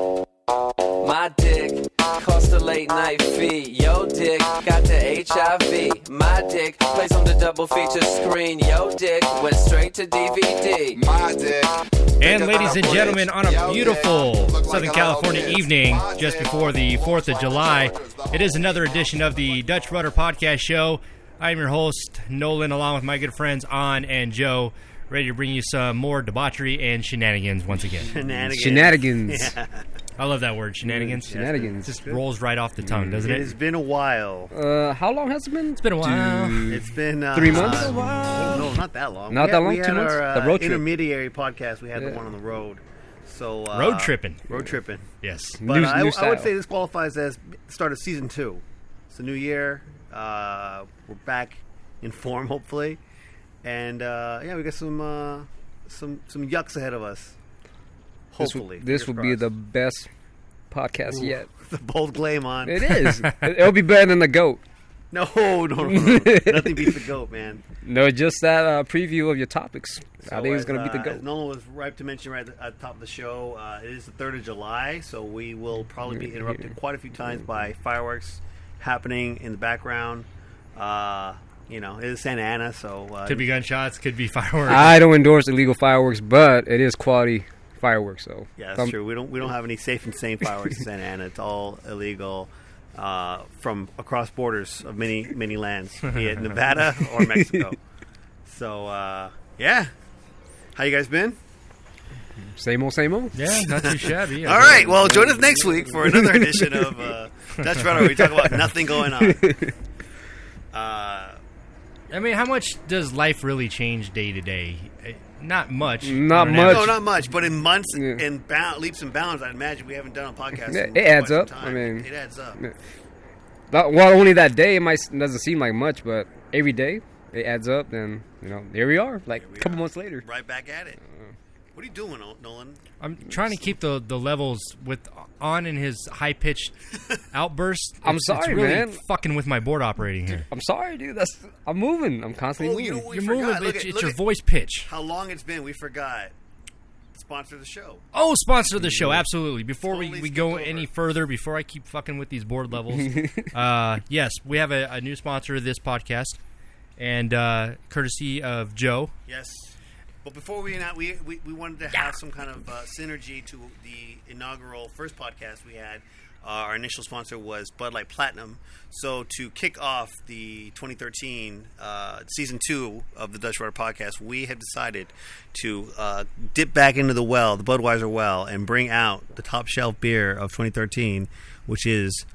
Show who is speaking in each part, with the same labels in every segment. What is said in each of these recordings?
Speaker 1: My dick cost a late night fee. Yo dick got the HIV. My dick plays on the double feature screen. Yo dick went straight to DVD.
Speaker 2: My dick.
Speaker 3: And ladies and gentlemen, on a beautiful Southern California evening, just before the 4th of July, it is another edition of the Dutch Rudder Podcast Show. I am your host, Nolan, along with my good friends, On and Joe, ready to bring you some more debauchery and shenanigans once again.
Speaker 4: Shenanigans.
Speaker 5: Shenanigans.
Speaker 3: I love that word, shenanigans. It
Speaker 5: Shenanigans.
Speaker 3: just rolls right off the tongue, doesn't
Speaker 4: It
Speaker 3: it?
Speaker 4: has been a while.
Speaker 5: Uh, how long has it been?
Speaker 3: It's been a while.
Speaker 4: It's been uh,
Speaker 5: Three months?
Speaker 4: Uh, no, not that long.
Speaker 5: Not
Speaker 4: We
Speaker 5: that
Speaker 4: had-
Speaker 5: long?
Speaker 4: We had
Speaker 5: Two months?
Speaker 4: Our, uh,
Speaker 5: The road trip.
Speaker 4: intermediary podcast. We had the
Speaker 5: Yeah.
Speaker 4: one on the road. So uh,
Speaker 3: Road tripping.
Speaker 4: Road tripping.
Speaker 3: Yes.
Speaker 4: But
Speaker 5: New-
Speaker 4: I,
Speaker 5: new
Speaker 4: I would
Speaker 5: style.
Speaker 4: say this qualifies as start of season two. It's a new year. Uh, we're back in form, hopefully, and uh, yeah, we got some uh, some some yucks ahead of us.
Speaker 5: This
Speaker 4: Hopefully,
Speaker 5: will, this
Speaker 4: Fingers
Speaker 5: will be the
Speaker 4: crossed.
Speaker 5: best podcast yet.
Speaker 4: the bold claim on.
Speaker 5: It is. It'll be better than the goat.
Speaker 4: No, no, no, no. nothing beats the goat, man.
Speaker 5: No, just that uh, preview of your topics. I think it's
Speaker 4: as,
Speaker 5: going to be
Speaker 4: uh,
Speaker 5: the
Speaker 4: As
Speaker 5: goat.
Speaker 4: Nolan was ripe to mention right at the, at the top of the show, uh, it is the 3rd of July, so we will probably be interrupted quite a few times by fireworks happening in the background. Uh, you know, it is Santa Ana, so. Uh,
Speaker 3: Could be gunshots, could be fireworks.
Speaker 5: I don't endorse illegal fireworks, but it is quality fireworks. So
Speaker 4: Yeah, that's
Speaker 5: Thumb-
Speaker 4: true. We don't we don't have any safe and sane fireworks in Santa Ana. It's all illegal uh, from across borders of many many lands, be it Nevada or Mexico. So uh, yeah, how you guys been?
Speaker 5: Same old, same old.
Speaker 3: yeah, not too shabby.
Speaker 4: All right. Well, join us next week for another edition of uh, Dutch Runner. Where we talk about nothing going on. Uh,
Speaker 3: I mean, how much does life really change day to day? Eh, Not much. on
Speaker 5: Not
Speaker 3: an
Speaker 5: much.
Speaker 3: average.
Speaker 4: no, not much, but in months
Speaker 5: Yeah.
Speaker 4: and bound, leaps and bounds, I'd imagine we haven't done a podcast.
Speaker 5: Yeah,
Speaker 4: in
Speaker 5: it adds
Speaker 4: quite
Speaker 5: up.
Speaker 4: some
Speaker 5: I
Speaker 4: time.
Speaker 5: mean-
Speaker 4: it adds up.
Speaker 5: Not- well, only that day it might doesn't seem like much, but every day it adds up. And you know, there we are, like
Speaker 4: we
Speaker 5: a
Speaker 4: are.
Speaker 5: couple months later.
Speaker 4: Right back at it. What are you doing, Nol- Nolan?
Speaker 3: I'm trying to keep the, the levels with on in his high pitched outburst.
Speaker 5: I'm
Speaker 3: It's-
Speaker 5: sorry,
Speaker 3: it's really
Speaker 5: man.
Speaker 3: Fucking with my board operating here.
Speaker 5: I'm sorry, dude. That's I'm moving. I'm constantly
Speaker 4: Oh, you
Speaker 5: moving.
Speaker 4: know what we
Speaker 3: You're
Speaker 4: forgot?
Speaker 3: moving, bitch.
Speaker 4: Look at-
Speaker 3: it's
Speaker 4: look
Speaker 3: your
Speaker 4: at
Speaker 3: voice pitch.
Speaker 4: How long it's been? We forgot. Sponsor the show.
Speaker 3: Oh, sponsor of the show, absolutely. Before we,
Speaker 4: Totally
Speaker 3: we go
Speaker 4: skipped over.
Speaker 3: any further, before I keep fucking with these board levels, uh, yes, we have a, a new sponsor of this podcast, and uh, courtesy of Joe.
Speaker 4: Yes. But before we announce, we, we, we wanted to have some kind of uh, synergy to the inaugural first podcast we had. Uh, our initial sponsor was Bud Light Platinum. So to kick off the 2013 uh, season two of the Dutch Rudder Podcast, we have decided to uh, dip back into the well, the Budweiser well, and bring out the top shelf beer of 2013, which is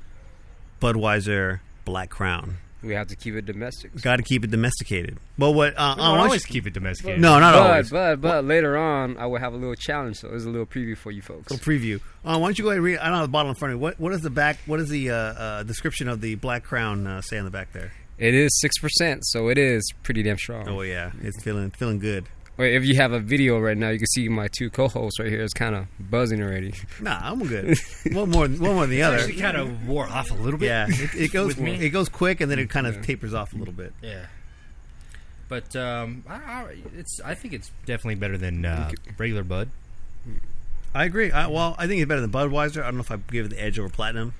Speaker 4: Budweiser Black Crown.
Speaker 5: We have to keep it domestic.
Speaker 4: Got to keep it domesticated. Well, what? Uh,
Speaker 3: I
Speaker 4: uh, why
Speaker 3: always
Speaker 4: don't you-
Speaker 3: keep it domesticated.
Speaker 4: No, not
Speaker 5: but,
Speaker 4: always.
Speaker 5: But but later on, I will have a little challenge. So there's a little preview for you folks.
Speaker 4: Little preview. Uh, why don't you go ahead and read? I don't have the bottle in front of me. What What is the back? What is the uh, uh, description of the black crown uh, say on the back there?
Speaker 5: It is six percent, so it is pretty damn strong.
Speaker 4: Oh yeah, it's feeling feeling good.
Speaker 5: Wait, if you have a video right now, you can see my two co-hosts right here is kind of buzzing already.
Speaker 4: Nah, I'm good. one more, one more than the other.
Speaker 3: Actually, kind of wore off a little bit.
Speaker 4: Yeah, it, it goes
Speaker 3: With me?
Speaker 4: it goes quick and then it kind of tapers off a little bit.
Speaker 3: Yeah. But um, I, I, it's I think it's definitely better than uh, regular Bud.
Speaker 4: I agree. I, well, I think it's better than Budweiser. I don't know if I give it the edge over Platinum,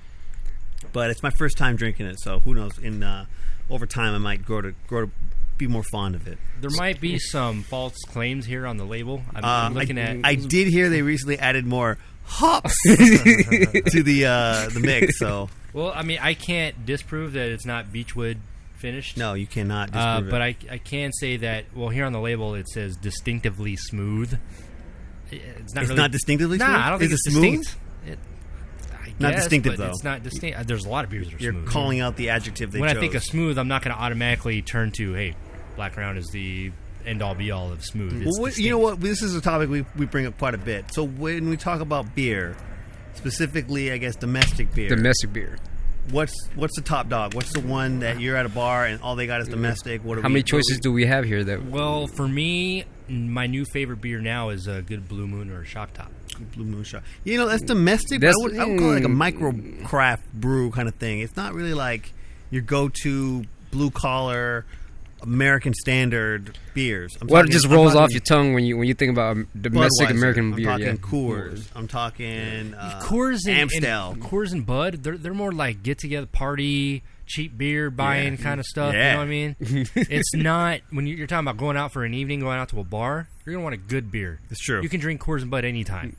Speaker 4: but it's my first time drinking it, so who knows? In uh, over time, I might grow to grow to be more fond of it.
Speaker 3: There might be some false claims here on the label. I'm, I'm
Speaker 4: Um,
Speaker 3: looking
Speaker 4: I,
Speaker 3: at.
Speaker 4: I did hear they recently added more hops to the uh, the mix. So
Speaker 3: well, I mean, I can't disprove that it's not Beechwood finished.
Speaker 4: no, you cannot. Disprove
Speaker 3: Uh, but
Speaker 4: it.
Speaker 3: I, I can say that well here on the label it says distinctively smooth. It's not
Speaker 4: It's
Speaker 3: really
Speaker 4: not distinctively
Speaker 3: Nah,
Speaker 4: smooth?
Speaker 3: I don't think
Speaker 4: Is
Speaker 3: it's
Speaker 4: it smooth?
Speaker 3: distinct. It, I
Speaker 4: Not
Speaker 3: guess,
Speaker 4: distinctive,
Speaker 3: but
Speaker 4: though.
Speaker 3: It's not distinct. Uh, There's a lot of beers that are
Speaker 4: you're
Speaker 3: smooth.
Speaker 4: calling out the adjective they
Speaker 3: when
Speaker 4: chose.
Speaker 3: I think of smooth, I'm not going to automatically turn to hey, Black Crown is the end all be all of smooth. It's
Speaker 4: well, what, you know what? This is a topic we we bring up quite a bit. So when we talk about beer, specifically, I guess domestic beer.
Speaker 5: Domestic beer.
Speaker 4: what's what's the top dog? What's the one that you're at a bar and all they got is domestic? What are
Speaker 5: How
Speaker 4: we-
Speaker 5: many choices
Speaker 4: what
Speaker 5: do we have here? That
Speaker 3: Well, for me, my new favorite beer now is a good Blue Moon or a Shock Top.
Speaker 4: are we- Blue Moonshot. You know that's domestic.
Speaker 5: That's-
Speaker 4: but I, would, I would call it like a
Speaker 5: mm.
Speaker 4: micro craft brew kind of thing. It's not really like your go to blue collar American standard beers. I'm
Speaker 5: What
Speaker 4: talking-
Speaker 5: just
Speaker 4: I'm
Speaker 5: rolls
Speaker 4: talking
Speaker 5: off your tongue when you when you think about um, domestic
Speaker 4: Budweiser.
Speaker 5: American
Speaker 4: I'm
Speaker 5: beer?
Speaker 4: talking
Speaker 5: yeah.
Speaker 4: Coors. I'm talking uh,
Speaker 3: Coors and,
Speaker 4: Amstel.
Speaker 3: and Coors and Bud, they're they're more like get together party, cheap beer buying kind of stuff. You
Speaker 4: Yeah.
Speaker 3: know what I mean? it's not when you- you're talking about going out for an evening, going out to a bar. You're gonna want a good beer.
Speaker 4: It's true.
Speaker 3: You can drink Coors and Bud anytime.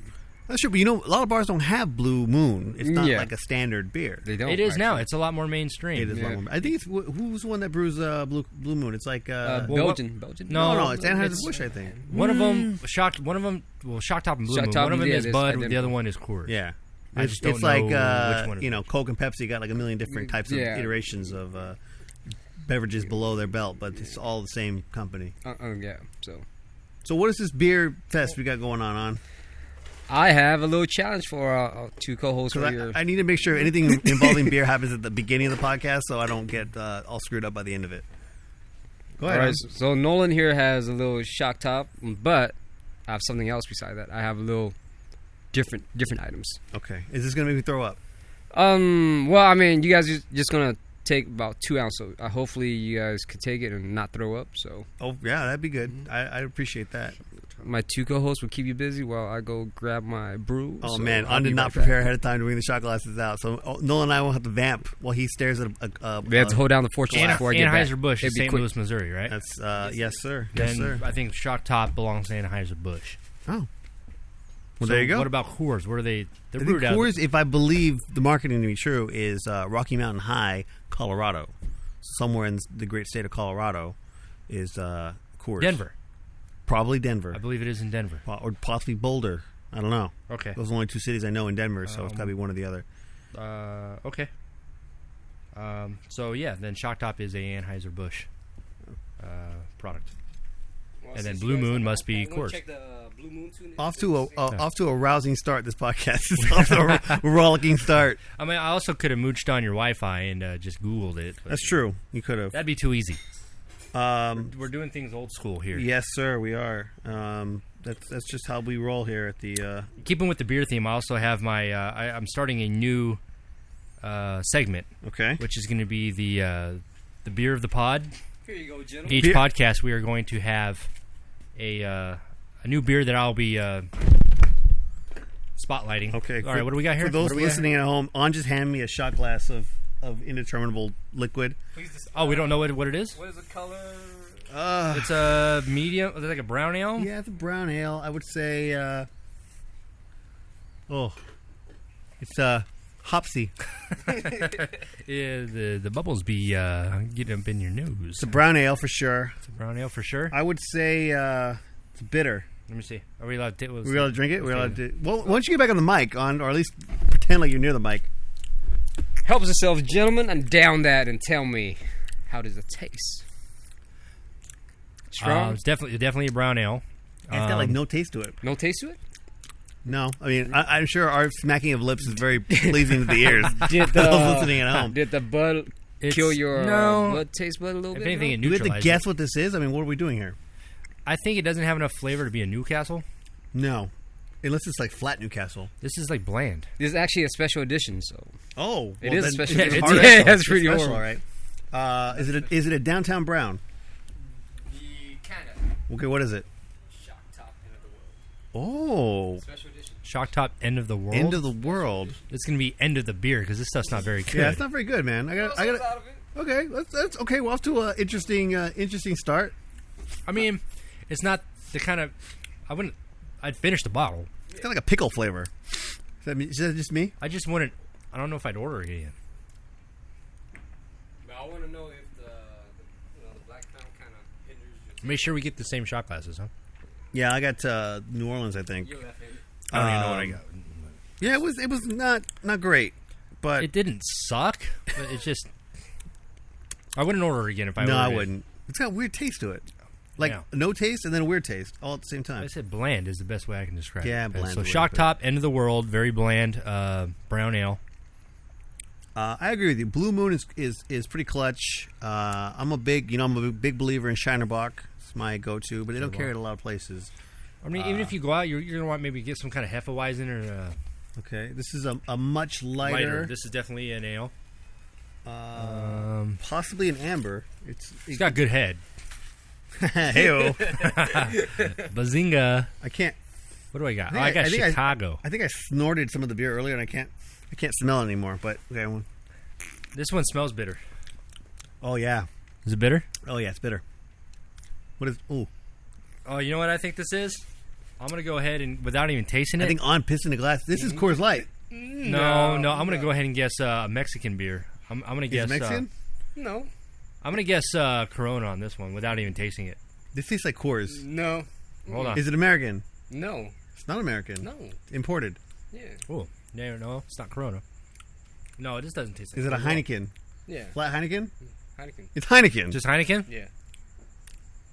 Speaker 4: That's true, but you know, a lot of bars don't have Blue Moon. It's not
Speaker 5: Yeah.
Speaker 4: like a standard beer.
Speaker 5: They don't.
Speaker 3: it is now.
Speaker 5: actually.
Speaker 3: It's a lot more mainstream.
Speaker 4: It is a lot
Speaker 5: Yeah.
Speaker 4: more- I think it's wh- who's the one that brews uh, Blue Blue Moon. It's like uh,
Speaker 5: Uh,
Speaker 3: Well, what-
Speaker 5: Belgian. Belgian.
Speaker 3: No,
Speaker 4: no, no, it's Anheuser
Speaker 3: it's-
Speaker 4: Busch. I think.
Speaker 3: One of them shocked. One of them well, shock top and blue
Speaker 5: Mm. Shock
Speaker 3: moon.
Speaker 5: Top
Speaker 3: One of
Speaker 5: and
Speaker 3: them
Speaker 5: yeah,
Speaker 3: is
Speaker 5: it is
Speaker 3: Bud. The
Speaker 5: identical.
Speaker 3: other one is Coors.
Speaker 4: Yeah.
Speaker 3: I
Speaker 4: it's,
Speaker 3: just don't
Speaker 4: it's like
Speaker 3: know
Speaker 4: uh,
Speaker 3: which one it
Speaker 4: you know, Coke and Pepsi got like a million different types of
Speaker 5: Yeah.
Speaker 4: iterations of uh, beverages below their belt, but it's all the same company.
Speaker 5: Uh, uh, yeah. So
Speaker 4: So what is this beer fest we got going on on?
Speaker 5: I have a little challenge for our our two co-hosts for
Speaker 4: Because
Speaker 5: your.
Speaker 4: I, I need to make sure anything involving beer happens at the beginning of the podcast, so I don't get uh, all screwed up by the end of it. Go
Speaker 5: All
Speaker 4: ahead.
Speaker 5: right. So, so Nolan here has a little shock top, but I have something else beside that. I have a little different different items.
Speaker 4: Okay. Is this gonna make me throw up?
Speaker 5: Um. Well, I mean, you guys are just gonna take about two ounces. So uh, hopefully, you guys can take it and not throw up. So
Speaker 4: Oh yeah, that'd be good.
Speaker 5: Mm-hmm.
Speaker 4: I, I appreciate that.
Speaker 5: my two co-hosts will keep you busy while I go grab my brew.
Speaker 4: Oh
Speaker 5: so
Speaker 4: man,
Speaker 5: I'll
Speaker 4: I
Speaker 5: be
Speaker 4: did
Speaker 5: right
Speaker 4: not
Speaker 5: back.
Speaker 4: prepare ahead of time to bring the shot glasses out, so oh, Nolan and I will have to vamp while he stares at a. a, a
Speaker 5: We have to hold down the fort
Speaker 3: An-
Speaker 5: before I get back.
Speaker 3: Anheuser Busch,
Speaker 5: It'd be
Speaker 3: St.
Speaker 5: quick.
Speaker 3: Louis, Missouri, right?
Speaker 4: That's uh, yes, sir.
Speaker 3: then
Speaker 4: Yes, sir.
Speaker 3: I think shock top belongs to Anheuser Busch.
Speaker 4: Oh. Well, there you go.
Speaker 3: What about Coors? What are they? They're
Speaker 4: I think
Speaker 3: brewed out.
Speaker 4: Coors, if I believe the marketing to be true, is uh, Rocky Mountain High, Colorado. Somewhere in the great state of Colorado is uh, Coors.
Speaker 3: Denver.
Speaker 4: Probably Denver.
Speaker 3: I believe it is in Denver.
Speaker 4: Po- or possibly Boulder. I don't know.
Speaker 3: Okay. Um,
Speaker 4: Those are the only two cities I know in Denver, so it's got to be one or the other.
Speaker 3: Uh, okay. Um, so yeah, then Shock Top is a Anheuser Busch uh, product. and then Blue Moon must be Coors.
Speaker 4: Off to a uh, off to a rousing start. This podcast is off to a rollicking start.
Speaker 3: I mean, I also could have mooched on your Wi-Fi and uh, just Googled it. but
Speaker 4: That's true. You could have.
Speaker 3: That'd be too easy.
Speaker 4: Um,
Speaker 3: We're doing things old school here.
Speaker 4: yes, sir. We are. Um, that's that's just how we roll here at the. Uh,
Speaker 3: Keeping with the beer theme, I also have my. Uh, I, I'm starting a new uh, segment,
Speaker 4: okay.
Speaker 3: which is going to be the uh, the beer of the pod.
Speaker 5: Here you go, gentlemen.
Speaker 3: Each
Speaker 4: Beer-
Speaker 3: podcast, we are going to have a uh, a new beer that I'll be uh, spotlighting.
Speaker 4: Okay.
Speaker 3: All
Speaker 4: for-
Speaker 3: right. What do we got here?
Speaker 4: For those
Speaker 3: What do we got
Speaker 4: listening at home, on just hand me a shot glass of, of indeterminable liquid.
Speaker 3: here? Oh, we don't know what, what it is.
Speaker 5: What is the color?
Speaker 4: Uh,
Speaker 3: It's a medium. Is it like a brown ale?
Speaker 4: yeah, it's a brown ale. I would say. Uh, oh, it's uh, hopsy.
Speaker 3: Yeah, the the bubbles be uh, getting up in your nose.
Speaker 4: It's a brown ale for sure.
Speaker 3: It's a brown ale for sure.
Speaker 4: I would say uh, it's bitter.
Speaker 3: Let me see. Are we allowed to? was-
Speaker 4: We allowed to drink it. We
Speaker 3: Okay.
Speaker 4: allowed to. Well, why don't you get back on the mic on, or at least pretend like you're near the mic.
Speaker 5: Helps yourself, gentlemen, and down that and tell me how does it
Speaker 3: Uh,
Speaker 5: taste?
Speaker 4: Um,
Speaker 5: Strong?
Speaker 3: it's definitely definitely a brown ale.
Speaker 4: it's got like
Speaker 3: Um,
Speaker 4: no taste to it.
Speaker 5: no taste to it?
Speaker 4: No, I mean I, I'm sure our smacking of lips is very pleasing to the ears.
Speaker 5: Did
Speaker 4: For
Speaker 3: uh,
Speaker 4: those
Speaker 5: the,
Speaker 4: listening at home.
Speaker 5: did the bud
Speaker 3: It's-
Speaker 5: kill your
Speaker 3: no.
Speaker 5: uh, blood taste bud a little
Speaker 3: If
Speaker 5: bit?
Speaker 3: anything,
Speaker 5: no?
Speaker 3: it
Speaker 4: Do we have
Speaker 3: neutralizes.
Speaker 4: to guess what this is? I mean, what are we doing here?
Speaker 3: I think it doesn't have enough flavor to be a Newcastle.
Speaker 4: No, unless it's like flat Newcastle.
Speaker 3: This is like bland.
Speaker 5: This is actually a special edition, so
Speaker 4: Oh,
Speaker 5: it is a special
Speaker 3: yeah,
Speaker 5: edition.
Speaker 3: it's-
Speaker 5: yeah, that's pretty
Speaker 4: special,
Speaker 5: horrible.
Speaker 4: right? Uh, is it a, is it a downtown brown? Okay, what is it? Oh,
Speaker 3: Shock top end of the world.
Speaker 4: end of the world.
Speaker 3: it's gonna be end of the beer because this stuff's not very good.
Speaker 4: Yeah, it's not very good, man. I got I got okay. That's, that's okay. We're off to a interesting uh, interesting start.
Speaker 3: I mean, it's not the kind of I wouldn't. I'd finish the bottle.
Speaker 4: It's kind of like a pickle flavor. Is that, me- is that just me?
Speaker 3: I just wouldn't. I don't know if I'd order it again.
Speaker 5: But I want to know if the, the, you know, the black pound kind of hinders
Speaker 3: Make sure we get the same shot glasses, huh?
Speaker 4: Yeah, I got uh, New Orleans. I think.
Speaker 5: your left hand.
Speaker 3: I don't even know what I
Speaker 4: Um,
Speaker 3: got.
Speaker 4: Yeah, it was it was not not great, but
Speaker 3: It didn't suck. But it's just I wouldn't order it again if I.
Speaker 4: no, I
Speaker 3: ordered it.
Speaker 4: wouldn't. It's got a weird taste to it, like
Speaker 3: Yeah.
Speaker 4: no taste and then a weird taste all at the same
Speaker 3: I
Speaker 4: time.
Speaker 3: said bland is the best way I can describe it.
Speaker 4: Yeah,
Speaker 3: Okay,
Speaker 4: bland
Speaker 3: So
Speaker 4: would be
Speaker 3: shock
Speaker 4: good.
Speaker 3: top, end of the world, very bland, uh, brown ale.
Speaker 4: Uh, I agree with you. Blue Moon is is, is pretty clutch. Uh, I'm a big, you know, I'm a big believer in Shinerbach. It's my go-to, but they don't carry it a lot of places.
Speaker 3: I mean,
Speaker 4: Uh.
Speaker 3: even if you go out, you're, you're gonna want maybe get some kind of Hefeweizen or uh,
Speaker 4: Okay, this is a, a much
Speaker 3: lighter.
Speaker 4: lighter.
Speaker 3: This is definitely an ale. Um,
Speaker 4: Possibly an amber. It's.
Speaker 3: he's got good head. Heyo. Bazinga.
Speaker 4: I can't.
Speaker 3: What do I got?
Speaker 4: I
Speaker 3: oh, I
Speaker 4: think I-
Speaker 3: got
Speaker 4: I think I-
Speaker 3: Chicago.
Speaker 4: I think I snorted some of the beer earlier, and I can't. I can't smell it anymore. But okay. well-
Speaker 3: this one smells bitter.
Speaker 4: Oh yeah.
Speaker 3: Is it bitter?
Speaker 4: Oh yeah. It's bitter. What is? Ooh.
Speaker 3: Oh, you know what I think this is? I'm gonna go ahead and without even tasting it.
Speaker 4: I think on piss in a glass. This
Speaker 3: Mm-hmm.
Speaker 4: is Coors Light.
Speaker 3: no, no, I'm gonna go ahead and guess uh, a Mexican beer. I'm, I'm gonna
Speaker 4: Is
Speaker 3: guess
Speaker 4: it
Speaker 3: uh,
Speaker 4: Mexican?
Speaker 5: No,
Speaker 3: I'm gonna guess uh, Corona on this one without even tasting it.
Speaker 4: this tastes like Coors.
Speaker 5: no,
Speaker 3: Hold on.
Speaker 4: Is it American?
Speaker 5: no,
Speaker 4: It's not American.
Speaker 5: no.
Speaker 4: It's imported.
Speaker 5: Yeah,
Speaker 3: oh, no, no, it's not Corona. No, this doesn't taste. like
Speaker 4: Is it a
Speaker 3: Corona.
Speaker 4: Heineken?
Speaker 5: yeah.
Speaker 4: Flat Heineken?
Speaker 5: Heineken.
Speaker 4: It's Heineken.
Speaker 3: Just Heineken?
Speaker 5: Yeah.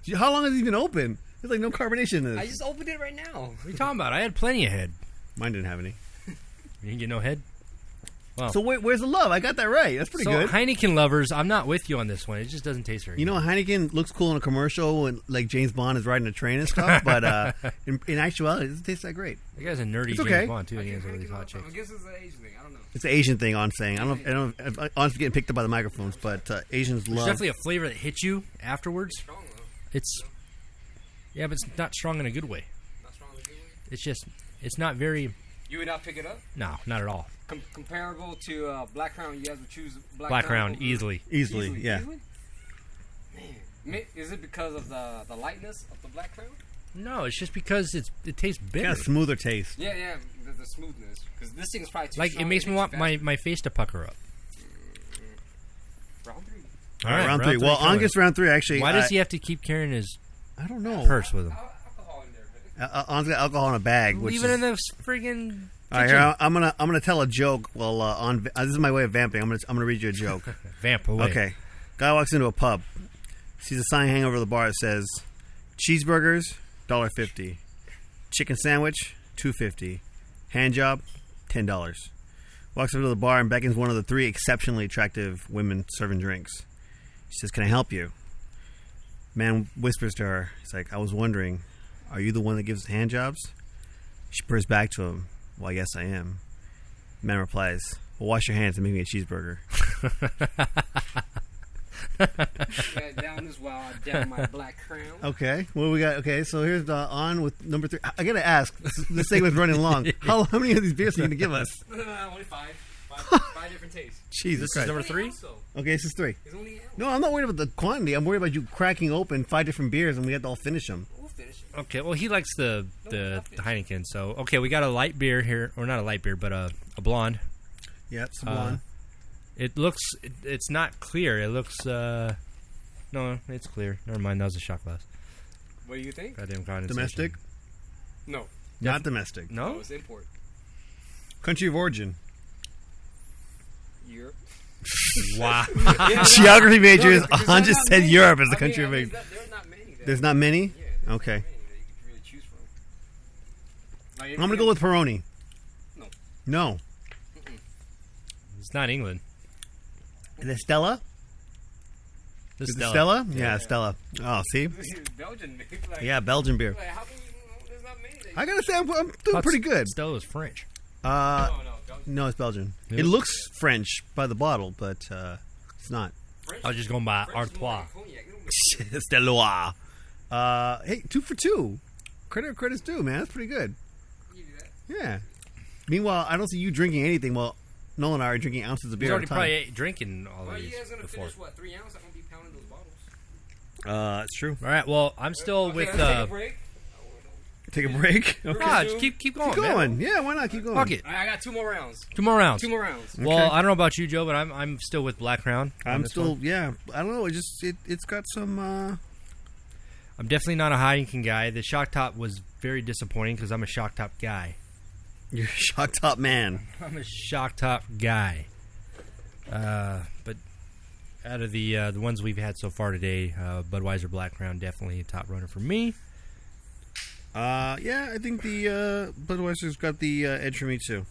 Speaker 4: Gee, How long has it been open? There's like no carbonation in
Speaker 5: I
Speaker 4: this.
Speaker 5: just opened it right now.
Speaker 3: What are you talking about? I had plenty of head.
Speaker 4: Mine didn't have any.
Speaker 3: You didn't get no head. Oh.
Speaker 4: So where, where's the love? I got that right. That's pretty
Speaker 3: so
Speaker 4: good.
Speaker 3: Heineken lovers, I'm not with you on this one. It just doesn't taste very.
Speaker 4: you know, Heineken looks cool in a commercial when like James Bond is riding a train and stuff, but uh, in, in actuality, it doesn't taste that great.
Speaker 3: good. that guy's a nerdy
Speaker 4: It's
Speaker 3: James
Speaker 4: okay.
Speaker 3: Bond too. He has all these hot chicks.
Speaker 5: I guess it's an age thing. I don't know.
Speaker 4: It's an Asian thing on saying. I don't. I don't. If, I- honestly, getting picked up by the microphones, but uh, Asians
Speaker 3: There's
Speaker 4: love.
Speaker 3: definitely a flavor that hits you afterwards. It's yeah, but it's not strong in a good way. It's just it's not very
Speaker 5: You would not pick it up.
Speaker 3: no, not at all.
Speaker 5: Com- comparable to uh, Black Crown, you guys would choose Black,
Speaker 3: Black
Speaker 5: Crown
Speaker 3: round
Speaker 5: over-
Speaker 3: easily.
Speaker 4: Easily, yeah.
Speaker 5: easily? Man, mi- is it because of the the lightness of the Black Crown?
Speaker 3: No, it's just because it's it tastes bitter.
Speaker 4: got a smoother taste.
Speaker 5: Yeah, yeah, the, the smoothness. Because this thing's probably too
Speaker 3: Like it
Speaker 5: strong,
Speaker 3: makes me
Speaker 5: hits
Speaker 3: want
Speaker 5: you
Speaker 3: my, my face to pucker up.
Speaker 5: fast. Round three.
Speaker 3: All right,
Speaker 4: round three. Well,
Speaker 3: killer.
Speaker 4: Angus round three actually.
Speaker 3: Why
Speaker 4: I, Oh.
Speaker 3: does he have to keep carrying his
Speaker 4: I don't know.
Speaker 3: purse with him?
Speaker 5: Al- alcohol in there. man.
Speaker 4: Uh, uh, Angus got alcohol in a bag. Which
Speaker 3: Leave
Speaker 4: is,
Speaker 3: it in the friggin'
Speaker 4: All right,
Speaker 3: kitchen.
Speaker 4: here, I- I'm gonna I'm gonna tell a joke. Well, uh, on uh, this is my way of vamping. I'm gonna I'm gonna read you a joke.
Speaker 3: vamp away.
Speaker 4: okay, guy walks into a pub, sees a sign hanging over the bar that says, "Cheeseburgers, dollar fifty, chicken sandwich, two fifty, hand job, ten dollars." Walks over to the bar and beckons one of the three exceptionally attractive women serving drinks. She says, "Can I help you?" Man whispers to her, "He's like, I was wondering, are you the one that gives hand jobs?" She purrs back to him, "Why, yes, I am." Man replies, "Well, wash your hands and make me a cheeseburger."
Speaker 5: Yeah, down this while I down my Black Crown.
Speaker 4: Okay. Well, we got okay. So here's the on with number three. I- I gotta ask. this- This segment's running long. How, how many of these beers are you gonna give us?
Speaker 5: only five. Five, five different tastes.
Speaker 4: Jesus
Speaker 3: This is
Speaker 4: Christ.
Speaker 3: number three.
Speaker 5: Also,
Speaker 4: okay, this is three.
Speaker 5: it's only an ounce.
Speaker 4: No, I'm not worried about the quantity. I'm worried about you cracking open five different beers and we have to all finish them.
Speaker 5: We'll finish it.
Speaker 3: Okay, well he likes the the, the Heineken, so okay, we got a light beer here, or not a light beer, but a, a blonde.
Speaker 4: Yeah, some
Speaker 5: Uh,
Speaker 4: blonde.
Speaker 3: It looks. It, it's not clear. It looks. uh No, it's clear. Never mind. That was a shot glass.
Speaker 5: What do you think?
Speaker 3: Goddamn condensation.
Speaker 4: domestic,
Speaker 5: No,
Speaker 4: not domestic.
Speaker 5: oh,
Speaker 3: No.
Speaker 5: it's import.
Speaker 4: Country of origin.
Speaker 5: Europe.
Speaker 3: wow.
Speaker 4: Geography majors.
Speaker 5: Because there's
Speaker 4: Hans
Speaker 5: not
Speaker 4: just said
Speaker 5: many.
Speaker 4: Europe as the
Speaker 5: I
Speaker 4: country
Speaker 5: mean,
Speaker 4: of
Speaker 5: I mean,
Speaker 4: origin.
Speaker 5: that- There's not many. That,
Speaker 4: There's not many.
Speaker 5: yeah, there's not
Speaker 4: Okay.
Speaker 5: many that you could really choose from. Like, if
Speaker 4: I'm gonna
Speaker 5: you-
Speaker 4: go with Peroni.
Speaker 5: No.
Speaker 4: No.
Speaker 3: It's not England.
Speaker 4: Is it Stella?
Speaker 3: This
Speaker 4: Is
Speaker 3: is
Speaker 4: it Stella? Yeah, Stella. Oh, see.
Speaker 5: Belgian. Mix, like,
Speaker 4: Yeah, Belgian beer.
Speaker 5: Like, how can you? There's not many. That you,
Speaker 4: I gotta say, I'm, I'm doing pretty good.
Speaker 3: Stella is French.
Speaker 4: Uh,
Speaker 5: Oh, no, no, Belgian.
Speaker 4: No, it's Belgian.
Speaker 3: It
Speaker 4: It, looks French by the bottle, but uh, it's not.
Speaker 5: French.
Speaker 3: I was just going by
Speaker 5: French is more
Speaker 3: Artois.
Speaker 5: like cognac. You don't
Speaker 4: it's the Loire. Uh, hey, two for two. Credit where credit's due, man. That's pretty good.
Speaker 5: give you that.
Speaker 4: Yeah. Meanwhile, I don't see you drinking anything while Nolan and I are drinking ounces of
Speaker 3: He's
Speaker 4: beer at a
Speaker 3: already
Speaker 4: time.
Speaker 3: probably ate- drinking all
Speaker 5: Well,
Speaker 3: of
Speaker 5: you
Speaker 3: these
Speaker 5: guys gonna
Speaker 3: before.
Speaker 5: finish what? Three ounces? I'm gonna be pounding those bottles.
Speaker 4: Uh, it's true.
Speaker 3: All right. Well, I'm still
Speaker 5: Okay,
Speaker 3: with.
Speaker 5: let's take
Speaker 3: Uh,
Speaker 5: a break.
Speaker 4: Take a break.
Speaker 3: ah,
Speaker 5: Zoom.
Speaker 3: just keep keep going.
Speaker 4: Keep
Speaker 3: Man.
Speaker 4: going. Yeah, why not? Keep going.
Speaker 3: Fuck it.
Speaker 5: All right, I got two more rounds.
Speaker 3: Two more rounds.
Speaker 5: Two more rounds.
Speaker 3: Well, I don't know about you, Joe, but I'm I'm still with Black Crown. on
Speaker 4: I'm
Speaker 3: this
Speaker 4: still,
Speaker 3: one.
Speaker 4: yeah. I don't know. It just it, it's got some. Uh,
Speaker 3: I'm definitely not a Heineken guy. The shock top was very disappointing because I'm a shock top guy.
Speaker 4: you're a shock top man.
Speaker 3: I'm a shock top guy. Uh, but out of the uh, the ones we've had so far today, uh, Budweiser Black Crown definitely a top runner for me.
Speaker 4: Uh, yeah, I think the uh, Budweiser's got the uh, edge for me too.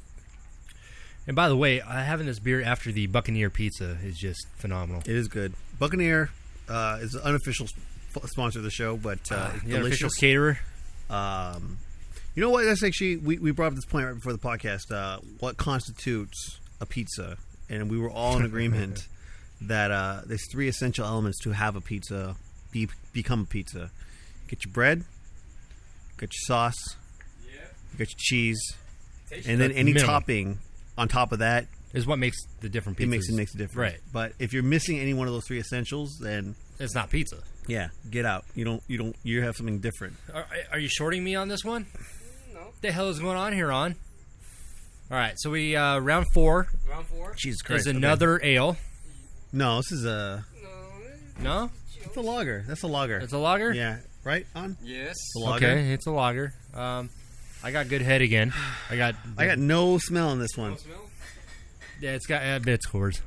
Speaker 3: And by the way, uh, having this beer after the Buccaneer pizza is just phenomenal.
Speaker 4: It is good. Buccaneer uh, is an unofficial sp- sponsor of the show, but uh,
Speaker 3: Ah,
Speaker 4: it's
Speaker 3: The official
Speaker 4: delicious.
Speaker 3: caterer.
Speaker 4: Um, you know what? That's actually we, we brought up this point right before the podcast. Uh, what constitutes a pizza? And we were all in agreement that uh, there's three essential elements to have a pizza, be, become a pizza. Get your bread, get your sauce, get your cheese, and then any
Speaker 3: Minimum.
Speaker 4: topping on top of that.
Speaker 3: is what makes the different pizzas.
Speaker 4: It makes it makes a difference.
Speaker 3: Right.
Speaker 4: But if you're missing any one of those three essentials, then
Speaker 3: It's not pizza.
Speaker 4: yeah, get out. You don't you don't you have something different.
Speaker 3: Are, are you shorting me on this one?
Speaker 5: No.
Speaker 3: The hell is going on here, on? All right, so we uh, round four
Speaker 5: Round four?
Speaker 4: Jesus
Speaker 3: is
Speaker 4: Christ. okay.
Speaker 3: another ale.
Speaker 4: No, this is a
Speaker 3: No,
Speaker 4: it's a lager. That's a lager.
Speaker 3: it's a lager.
Speaker 4: yeah. Right on.
Speaker 5: Yes.
Speaker 4: It's a lager.
Speaker 3: Okay, it's a lager. Um, I got good head again. I got.
Speaker 4: I got no smell on this one.
Speaker 3: Yeah, it's got uh, bit scores.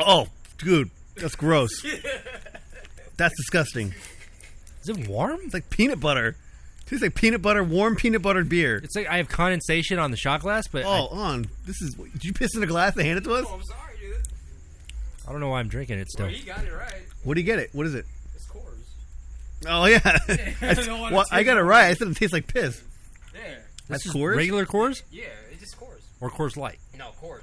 Speaker 4: Oh, dude, that's gross. that's disgusting.
Speaker 3: Is it warm?
Speaker 4: It's like peanut butter. Tastes like peanut butter, warm peanut buttered beer.
Speaker 3: It's like I have condensation on the shot glass, but
Speaker 4: Oh, on. This is. Did you piss in a glass and hand it to us?
Speaker 5: Oh,
Speaker 3: Oh.
Speaker 5: I'm sorry, dude. Oh,
Speaker 3: I, I don't know why I'm drinking it still.
Speaker 5: He got it right.
Speaker 4: What do you get it? What is it?
Speaker 5: It's Coors.
Speaker 4: Oh yeah.
Speaker 5: I don't know what
Speaker 4: well,
Speaker 5: it
Speaker 4: I got it right. I said it tastes like piss.
Speaker 5: Yeah.
Speaker 4: That's
Speaker 3: is
Speaker 4: Coors?
Speaker 3: Regular Coors
Speaker 5: Yeah, it's just Coors.
Speaker 3: or Coors Light?
Speaker 5: No, Coors.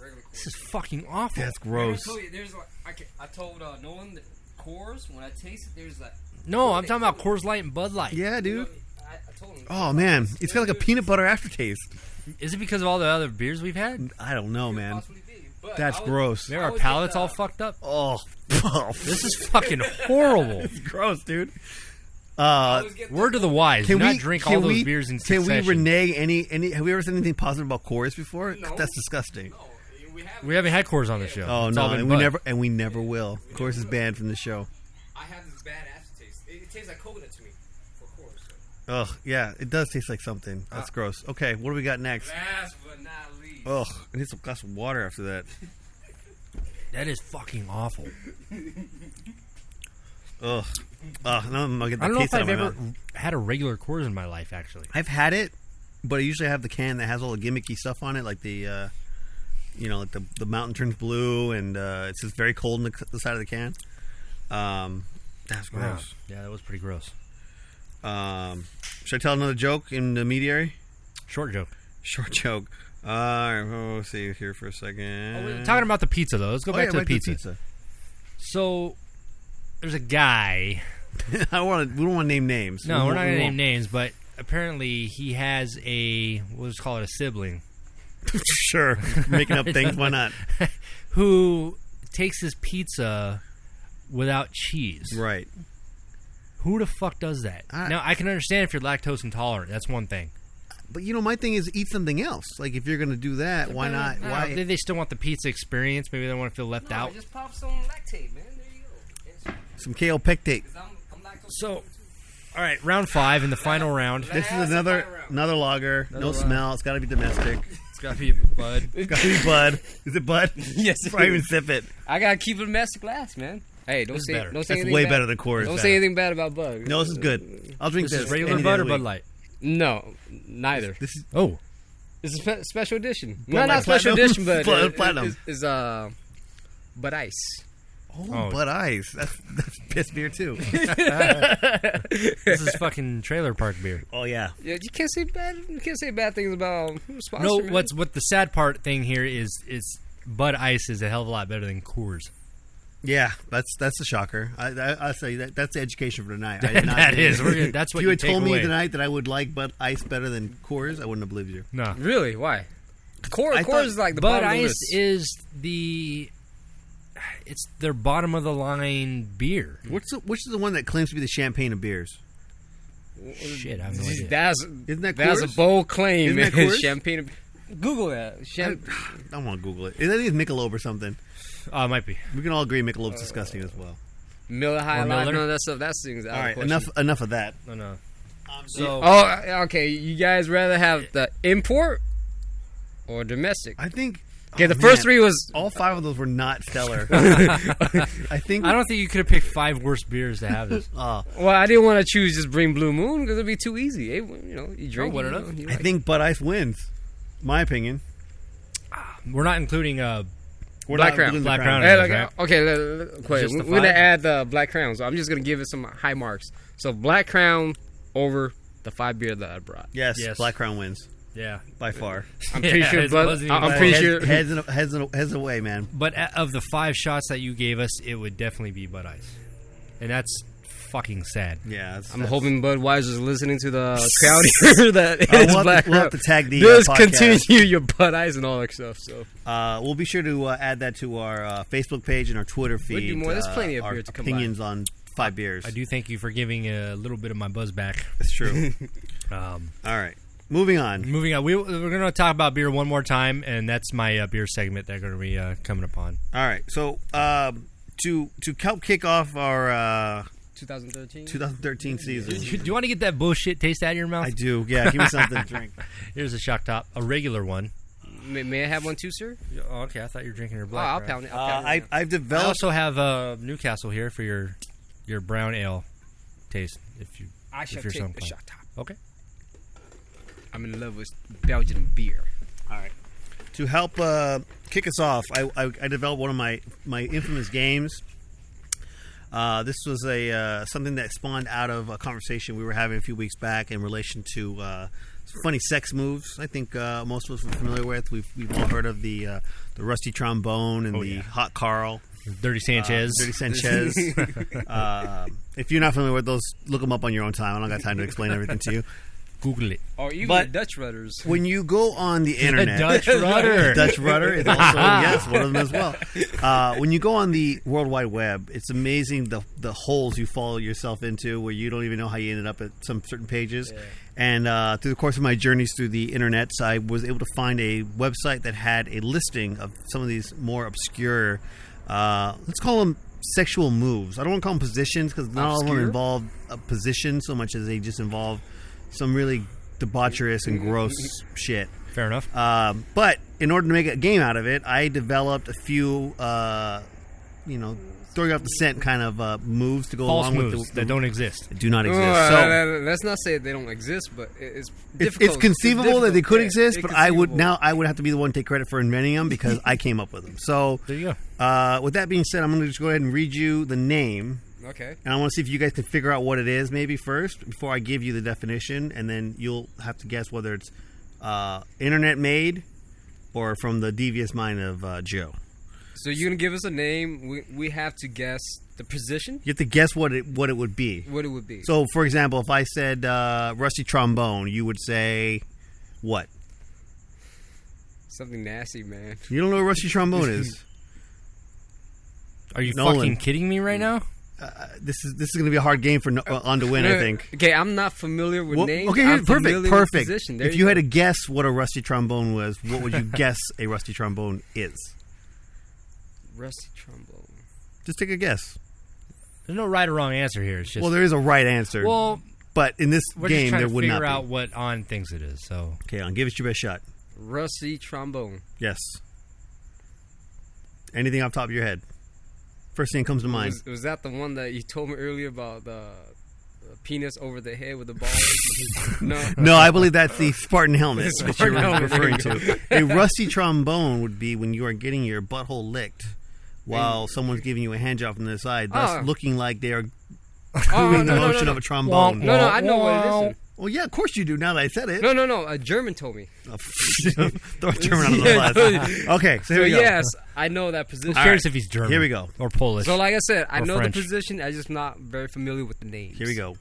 Speaker 5: Regular Coors.
Speaker 3: This is fucking awful.
Speaker 4: That's
Speaker 5: Remember
Speaker 4: gross.
Speaker 5: I told you, there's like, I, ca- I told uh, Nolan that Coors, when I taste it, there's like,
Speaker 3: No, I'm talking about Coors Light and Bud Light.
Speaker 4: Yeah,
Speaker 5: I,
Speaker 4: dude.
Speaker 5: I told him.
Speaker 4: Oh man, it's got like a peanut butter aftertaste.
Speaker 3: Is it because of all the other beers we've had?
Speaker 4: I don't know,
Speaker 5: could
Speaker 4: man.
Speaker 5: possibly be, but
Speaker 4: That's
Speaker 5: I was-
Speaker 4: gross.
Speaker 3: Maybe our
Speaker 5: was at
Speaker 3: palate's all
Speaker 5: the-
Speaker 3: fucked up.
Speaker 4: Oh,
Speaker 3: This is fucking horrible.
Speaker 4: gross, dude.
Speaker 5: I
Speaker 4: Uh,
Speaker 5: was getting-
Speaker 3: Word to the wise:
Speaker 4: can
Speaker 3: do not
Speaker 4: we
Speaker 3: drink
Speaker 4: can
Speaker 3: all those
Speaker 4: we-
Speaker 3: beers in
Speaker 4: Can we
Speaker 3: succession.
Speaker 4: renege any any? Have we ever said anything positive about Coors before?
Speaker 5: No.
Speaker 4: That's disgusting.
Speaker 5: No, we have.
Speaker 3: we haven't had Coors on the show.
Speaker 4: Oh
Speaker 3: It's
Speaker 4: no,
Speaker 3: all been
Speaker 4: and we
Speaker 3: Bud.
Speaker 4: never and we never will. Coors is banned from the show.
Speaker 5: I have this bad aftertaste. It, it tastes like coconut to me for Coors. So.
Speaker 4: Ugh, yeah, it does taste like something. That's gross. Okay, what do we got next?
Speaker 5: Last but not least,
Speaker 4: Ugh, I need some glass of water after that.
Speaker 3: That is fucking awful.
Speaker 4: Ugh. Ugh, now I'm gonna get the
Speaker 3: I don't know
Speaker 4: taste
Speaker 3: if
Speaker 4: out of
Speaker 3: I've
Speaker 4: my
Speaker 3: ever
Speaker 4: mouth.
Speaker 3: had a regular Coors in my life. Actually,
Speaker 4: I've had it, but I usually have the can that has all the gimmicky stuff on it, like the, uh, you know, like the, the mountain turns blue and uh, it says very cold on the, the side of the can. Um, that's gross.
Speaker 3: Yeah, that was pretty gross.
Speaker 4: Um, should I tell another joke in the mediary?
Speaker 3: Short joke.
Speaker 4: Short joke. Uh, all right, well, let's see here for a second.
Speaker 3: Oh, wait, talking about the pizza though. Let's go
Speaker 4: Oh,
Speaker 3: back
Speaker 4: yeah,
Speaker 3: to the
Speaker 4: back
Speaker 3: pizza. So there's a guy.
Speaker 4: pizza. I want to. We don't want to name names.
Speaker 3: No,
Speaker 4: We
Speaker 3: we're
Speaker 4: won't-
Speaker 3: not
Speaker 4: we
Speaker 3: gonna name
Speaker 4: won't.
Speaker 3: names, but apparently he has a we'll just call it a sibling
Speaker 4: sure, making up things. Why not?
Speaker 3: who takes his pizza without cheese.
Speaker 4: Right.
Speaker 3: Who the fuck does that?
Speaker 4: I-
Speaker 3: now I can understand if you're lactose intolerant. That's one thing.
Speaker 4: But you know, my thing is eat something else. Like if you're gonna do that, why not?
Speaker 3: Uh,
Speaker 4: Why?
Speaker 3: They, they still want the pizza experience. Maybe they want to feel left
Speaker 5: no,
Speaker 3: out.
Speaker 5: just pop some lactate, man. There you go. It's-
Speaker 4: Some kale pectate.
Speaker 5: 'cause I'm, I'm lactose.
Speaker 3: So, all right, round five in the final round.
Speaker 4: This
Speaker 5: Yeah,
Speaker 4: is
Speaker 5: it's
Speaker 4: another
Speaker 5: fire out.
Speaker 4: another lager. no
Speaker 5: lager.
Speaker 4: smell. It's got to be domestic.
Speaker 5: It's gotta be a bud.
Speaker 4: It's got to be bud. Is it bud?
Speaker 5: Yes, it
Speaker 4: Before I even
Speaker 5: is.
Speaker 4: sip it,
Speaker 5: I gotta keep it domestic last, man. Hey, don't
Speaker 3: This is
Speaker 5: say
Speaker 3: better.
Speaker 5: don't say
Speaker 4: that's
Speaker 5: anything
Speaker 4: way
Speaker 5: bad.
Speaker 4: better than Coors.
Speaker 5: Don't
Speaker 4: better.
Speaker 5: say anything bad about Bud.
Speaker 4: No, this is good. I'll drink
Speaker 3: This
Speaker 4: this.
Speaker 3: is regular
Speaker 4: any
Speaker 3: Bud
Speaker 4: day
Speaker 3: or
Speaker 4: of the
Speaker 3: Bud
Speaker 4: week.
Speaker 3: Light?
Speaker 5: No, neither.
Speaker 4: This is
Speaker 3: Oh,
Speaker 5: It's a spe- special edition.
Speaker 4: Light
Speaker 5: no, not special
Speaker 4: Platinum?
Speaker 5: edition, but
Speaker 4: Pla-
Speaker 5: it- it-
Speaker 4: Platinum.
Speaker 5: it's- it's uh, but ice.
Speaker 4: oh,
Speaker 3: Oh.
Speaker 4: Bud Ice. That's that's piss beer too.
Speaker 3: this is fucking trailer park beer.
Speaker 4: oh yeah.
Speaker 5: Yeah, you can't say bad. You can't say bad things about um, sponsor.
Speaker 3: No,
Speaker 5: man.
Speaker 3: what's what the sad part thing here is is Bud Ice is a hell of a lot better than Coors.
Speaker 4: Yeah, that's that's a shocker. I, I, I say that that's the education for tonight. I
Speaker 3: That
Speaker 4: think-
Speaker 3: is. We're gonna- that's what
Speaker 4: if
Speaker 3: you
Speaker 4: you had
Speaker 3: take
Speaker 4: told
Speaker 3: away.
Speaker 4: me tonight that I would like Bud Ice better than Coors. I wouldn't have believed you.
Speaker 3: No,
Speaker 5: really why? Core,
Speaker 4: I
Speaker 5: core
Speaker 4: thought
Speaker 5: is like the
Speaker 3: Bud
Speaker 5: bottom of the
Speaker 3: Ice
Speaker 5: list.
Speaker 3: is the it's their bottom of the line beer.
Speaker 4: What's the, which is the one that claims to be the champagne of beers?
Speaker 3: Shit, I have no idea.
Speaker 5: That's
Speaker 4: Isn't that
Speaker 5: that's
Speaker 4: Coors?
Speaker 5: a bold claim,
Speaker 4: Isn't that
Speaker 5: man.
Speaker 4: Coors?
Speaker 5: Champagne. Google that. Champ-
Speaker 4: I don't want to Google it. I think it's Michelob or something.
Speaker 3: Oh, it might be.
Speaker 4: We can all agree Michelob's disgusting as well.
Speaker 5: Miller High
Speaker 3: Or
Speaker 5: Life.
Speaker 3: Miller?
Speaker 5: No, that's stuff. That's things. Out
Speaker 4: All
Speaker 5: of
Speaker 4: right,
Speaker 5: question.
Speaker 4: enough enough of that.
Speaker 3: Oh,
Speaker 4: Um,
Speaker 3: No, no.
Speaker 4: So
Speaker 5: Oh, okay. You guys rather have the import or domestic?
Speaker 4: I think
Speaker 5: Okay, the
Speaker 4: oh,
Speaker 5: first
Speaker 4: man,
Speaker 5: three was
Speaker 4: all five of those were not stellar. I think
Speaker 3: I don't think you could have picked five worse beers to have this.
Speaker 4: uh,
Speaker 5: well. I didn't want to choose just bring Blue Moon because it'd be too easy. It, you know, you drink.
Speaker 3: what
Speaker 5: you
Speaker 3: enough?
Speaker 5: know, you
Speaker 4: I
Speaker 5: like-
Speaker 4: think Bud Ice wins. My opinion.
Speaker 3: We're not including uh,
Speaker 4: We're
Speaker 5: Black
Speaker 4: not
Speaker 5: Crown.
Speaker 4: doing the
Speaker 3: Black
Speaker 5: Hey,
Speaker 3: Crown.
Speaker 5: look,
Speaker 3: Right.
Speaker 5: Okay, look, look, look, wait,
Speaker 3: Just the
Speaker 5: we're gonna
Speaker 3: five?
Speaker 5: add the black crowns. I'm just gonna give it some high marks. So black crown over the five beer that I brought.
Speaker 4: Yes,
Speaker 3: Yes.
Speaker 4: Black Crown wins.
Speaker 3: Yeah.
Speaker 4: by far.
Speaker 5: I'm pretty
Speaker 3: Yeah,
Speaker 5: sure.
Speaker 3: it
Speaker 5: Blood,
Speaker 3: wasn't
Speaker 5: I- I'm
Speaker 3: even
Speaker 5: pretty
Speaker 4: heads,
Speaker 5: sure.
Speaker 4: Heads, in, heads, in, heads away, man.
Speaker 3: But a- of the five shots that you gave us, it would definitely be Bud Ice, and that's fucking sad.
Speaker 4: Yeah, that's,
Speaker 5: I'm
Speaker 4: that's-
Speaker 5: hoping Budweiser's listening to the crowd here that
Speaker 4: Uh,
Speaker 5: is
Speaker 4: we'll, have
Speaker 5: black.
Speaker 4: to, we'll have
Speaker 5: rap.
Speaker 4: to tag the
Speaker 5: Just
Speaker 4: uh, podcast.
Speaker 5: continue your Bud Eyes and all that stuff. So
Speaker 4: Uh, we'll be sure to uh, add that to our uh, Facebook page and our Twitter feed.
Speaker 5: We'll do more. There's
Speaker 4: uh,
Speaker 5: plenty of
Speaker 4: our
Speaker 5: beer to come by.
Speaker 4: opinions on five beers.
Speaker 3: I do thank you for giving a little bit of my buzz back.
Speaker 4: It's true.
Speaker 3: Um,
Speaker 4: All right, moving on.
Speaker 3: moving on, we, we're going to talk about beer one more time, and that's my uh, beer segment that going to be uh, coming upon.
Speaker 4: All right, so um, to to help kick off our uh,
Speaker 5: 2013.
Speaker 4: 2013 season,
Speaker 3: Do you want to get that bullshit taste out of your mouth?
Speaker 4: I do. Yeah, give me something Uh, to drink.
Speaker 3: Here's a shock top, a regular one.
Speaker 5: May, may I have one too, sir?
Speaker 3: Oh, okay, I thought you were drinking your
Speaker 5: Oh,
Speaker 3: black.
Speaker 5: I'll
Speaker 3: Rye.
Speaker 5: pound it.
Speaker 4: Uh,
Speaker 5: I'll pound it
Speaker 4: I
Speaker 5: right now.
Speaker 4: I've
Speaker 3: I
Speaker 4: developed.
Speaker 3: also have uh, Newcastle here for your your brown ale taste. If you
Speaker 5: I
Speaker 3: if
Speaker 5: shall
Speaker 3: you're
Speaker 5: take
Speaker 3: so
Speaker 5: the
Speaker 3: inclined.
Speaker 5: shot top.
Speaker 3: okay.
Speaker 5: I'm in love with Belgian beer.
Speaker 4: All right. To help uh, kick us off, I, I, I developed one of my my infamous games. Uh, this was a uh, something that spawned out of a conversation we were having a few weeks back in relation to uh, funny sex moves. I think uh, most of us are familiar with. We've, we've all heard of the uh, the rusty trombone and
Speaker 3: Oh,
Speaker 4: the
Speaker 3: yeah.
Speaker 4: hot Carl.
Speaker 3: Uh, Dirty Sanchez.
Speaker 4: Dirty Sanchez. uh, if you're not familiar with those, look them up on your own time. I don't got time to explain everything to you.
Speaker 3: Google it.
Speaker 5: Or even
Speaker 4: But-
Speaker 5: the Dutch rudders.
Speaker 4: When you go on the
Speaker 3: The
Speaker 4: internet,
Speaker 3: Dutch rudder.
Speaker 4: Dutch rudder is also yes, one of them as well. Uh, when you go on the World Wide Web, it's amazing the the holes you follow yourself into where you don't even know how you ended up at some certain pages. And uh, through the course of my journeys through the internet, I was able to find a website that had a listing of some of these more obscure. Uh, let's call them sexual moves. I don't want to call them positions because not all of them
Speaker 5: Obscure?
Speaker 4: involve a position so much as they just involve some really debaucherous and gross shit.
Speaker 3: Fair enough.
Speaker 4: Um, but in order to make a game out of it, I developed a few, uh, you know, throwing off the scent kind of uh, moves to go
Speaker 3: False
Speaker 4: along
Speaker 3: moves
Speaker 4: with the,
Speaker 3: that don't exist.
Speaker 4: do not
Speaker 5: Oh,
Speaker 4: exist.
Speaker 5: uh,
Speaker 4: so
Speaker 5: let's not say they don't exist, but it- it's
Speaker 4: it's,
Speaker 5: difficult.
Speaker 4: it's conceivable that they could
Speaker 5: Yeah,
Speaker 4: exist,
Speaker 5: it's
Speaker 4: but I would now
Speaker 5: conceivable.
Speaker 4: I would have to be the one to take credit for inventing them because I came up with them. So
Speaker 3: There you go.
Speaker 4: uh, with that being said, I'm going to just go ahead and read you the name.
Speaker 5: Okay.
Speaker 4: And I want to see if you guys can figure out what it is, maybe first, before I give you the definition, and then you'll have to guess whether it's uh, internet made or from the devious mind of uh, Joe.
Speaker 5: So you're gonna give us a name. We, we have to guess the position,
Speaker 4: You have to guess what it what it would be.
Speaker 5: what it would be.
Speaker 4: So, for example, if I said uh, rusty trombone, you would say what?
Speaker 5: Something nasty, man.
Speaker 4: You don't know what rusty trombone is.
Speaker 3: Are you
Speaker 4: Nolan.
Speaker 3: fucking kidding me right now?
Speaker 4: Uh, this is this is going to be a hard game for no, uh, on to win. I think.
Speaker 5: Okay, I'm not familiar with
Speaker 4: Well,
Speaker 5: names.
Speaker 4: okay,
Speaker 5: I'm
Speaker 4: here, perfect,
Speaker 5: familiar with
Speaker 4: perfect.
Speaker 5: Position. There
Speaker 4: If you had
Speaker 5: go.
Speaker 4: to guess what a rusty trombone was, what would you guess a rusty trombone is?
Speaker 5: rusty trombone.
Speaker 4: Just take a guess.
Speaker 3: There's no right or wrong answer here. It's just
Speaker 4: Well, there is a right answer,
Speaker 3: well,
Speaker 4: but in this
Speaker 3: we're just
Speaker 4: game,
Speaker 3: trying
Speaker 4: there
Speaker 3: to
Speaker 4: would not
Speaker 3: figure
Speaker 4: be.
Speaker 3: out what on thinks it is. So
Speaker 4: Okay, on, give it your best shot.
Speaker 5: Rusty trombone.
Speaker 4: Yes. Anything off the top of your head? First thing that comes to mind.
Speaker 5: Was, was that the one that you told me earlier about the, the penis over the head with the ball? no.
Speaker 4: No, I believe that's the Spartan helmet
Speaker 5: The
Speaker 4: that you're
Speaker 5: Spartan helmet, there
Speaker 4: referring
Speaker 5: you
Speaker 4: to. A rusty trombone would be when you are getting your butthole licked while someone's giving you a hand job from the side, thus
Speaker 5: Ah.
Speaker 4: looking like they are doing
Speaker 5: Oh,
Speaker 4: the
Speaker 5: no, no, no,
Speaker 4: motion
Speaker 5: no.
Speaker 4: of a trombone.
Speaker 5: No, no, I know what it is.
Speaker 3: Wow.
Speaker 5: sir.
Speaker 4: Well, yeah, of course you do. Now that I said it, Oh,
Speaker 5: No, no, no. A German told me.
Speaker 4: throw a German out of the bus. Okay, so
Speaker 5: So
Speaker 4: here we go.
Speaker 5: yes, I know that position.
Speaker 3: I'm curious if he's German.
Speaker 4: Here we go.
Speaker 3: Or Polish.
Speaker 5: So like I said, I
Speaker 3: Or
Speaker 5: know
Speaker 3: French.
Speaker 5: the position. I'm just not very familiar with the names.
Speaker 4: Here we go.
Speaker 3: you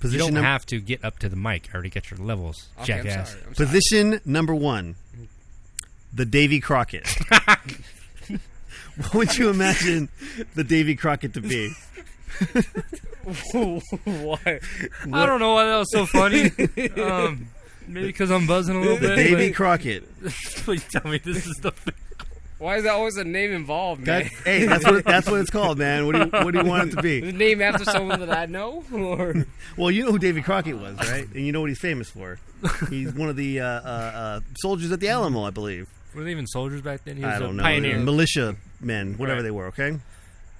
Speaker 4: Position
Speaker 3: don't
Speaker 4: number
Speaker 3: have to get up to the mic. I already got your levels,
Speaker 5: Okay, I'm
Speaker 3: jackass.
Speaker 5: sorry. I'm sorry.
Speaker 4: position number one. The Davy Crockett. what would you imagine the Davy Crockett to be?
Speaker 3: Why? I don't know why Oh, that was so funny. um, maybe because I'm buzzing a little
Speaker 4: The
Speaker 3: bit.
Speaker 4: Davy
Speaker 3: but-
Speaker 4: Crockett.
Speaker 3: please tell me this is the.
Speaker 5: Why is there always a name involved,
Speaker 4: That,
Speaker 5: man?
Speaker 4: hey, that's what that's what it's called, man. What do you, what do you want it to
Speaker 5: Is
Speaker 4: be?
Speaker 5: it named after someone that I know, or
Speaker 4: Well, you know who Davy Crockett was, right? And you know what he's famous for. He's one of the uh, uh, uh, soldiers at the Alamo, I believe.
Speaker 3: Were they even soldiers back then? He was
Speaker 4: I
Speaker 3: a
Speaker 4: don't know,
Speaker 3: pioneer.
Speaker 4: militia men, whatever
Speaker 3: Right.
Speaker 4: they were. Okay.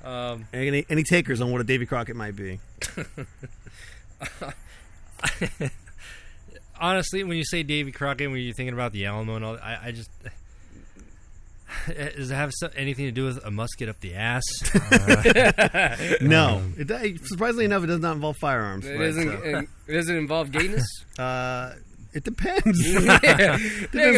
Speaker 3: Um,
Speaker 4: Any, any takers on what a Davy Crockett might be?
Speaker 3: honestly, when you say Davy Crockett, when you're thinking about the Alamo and all, I, I just does it have so- anything to do with a musket up the ass? Uh,
Speaker 4: No,
Speaker 3: Um,
Speaker 4: it, do- surprisingly enough, it does not involve firearms.
Speaker 5: it
Speaker 4: right,
Speaker 5: doesn't
Speaker 4: so,
Speaker 5: it doesn't involve gayness?
Speaker 4: uh, It depends. depends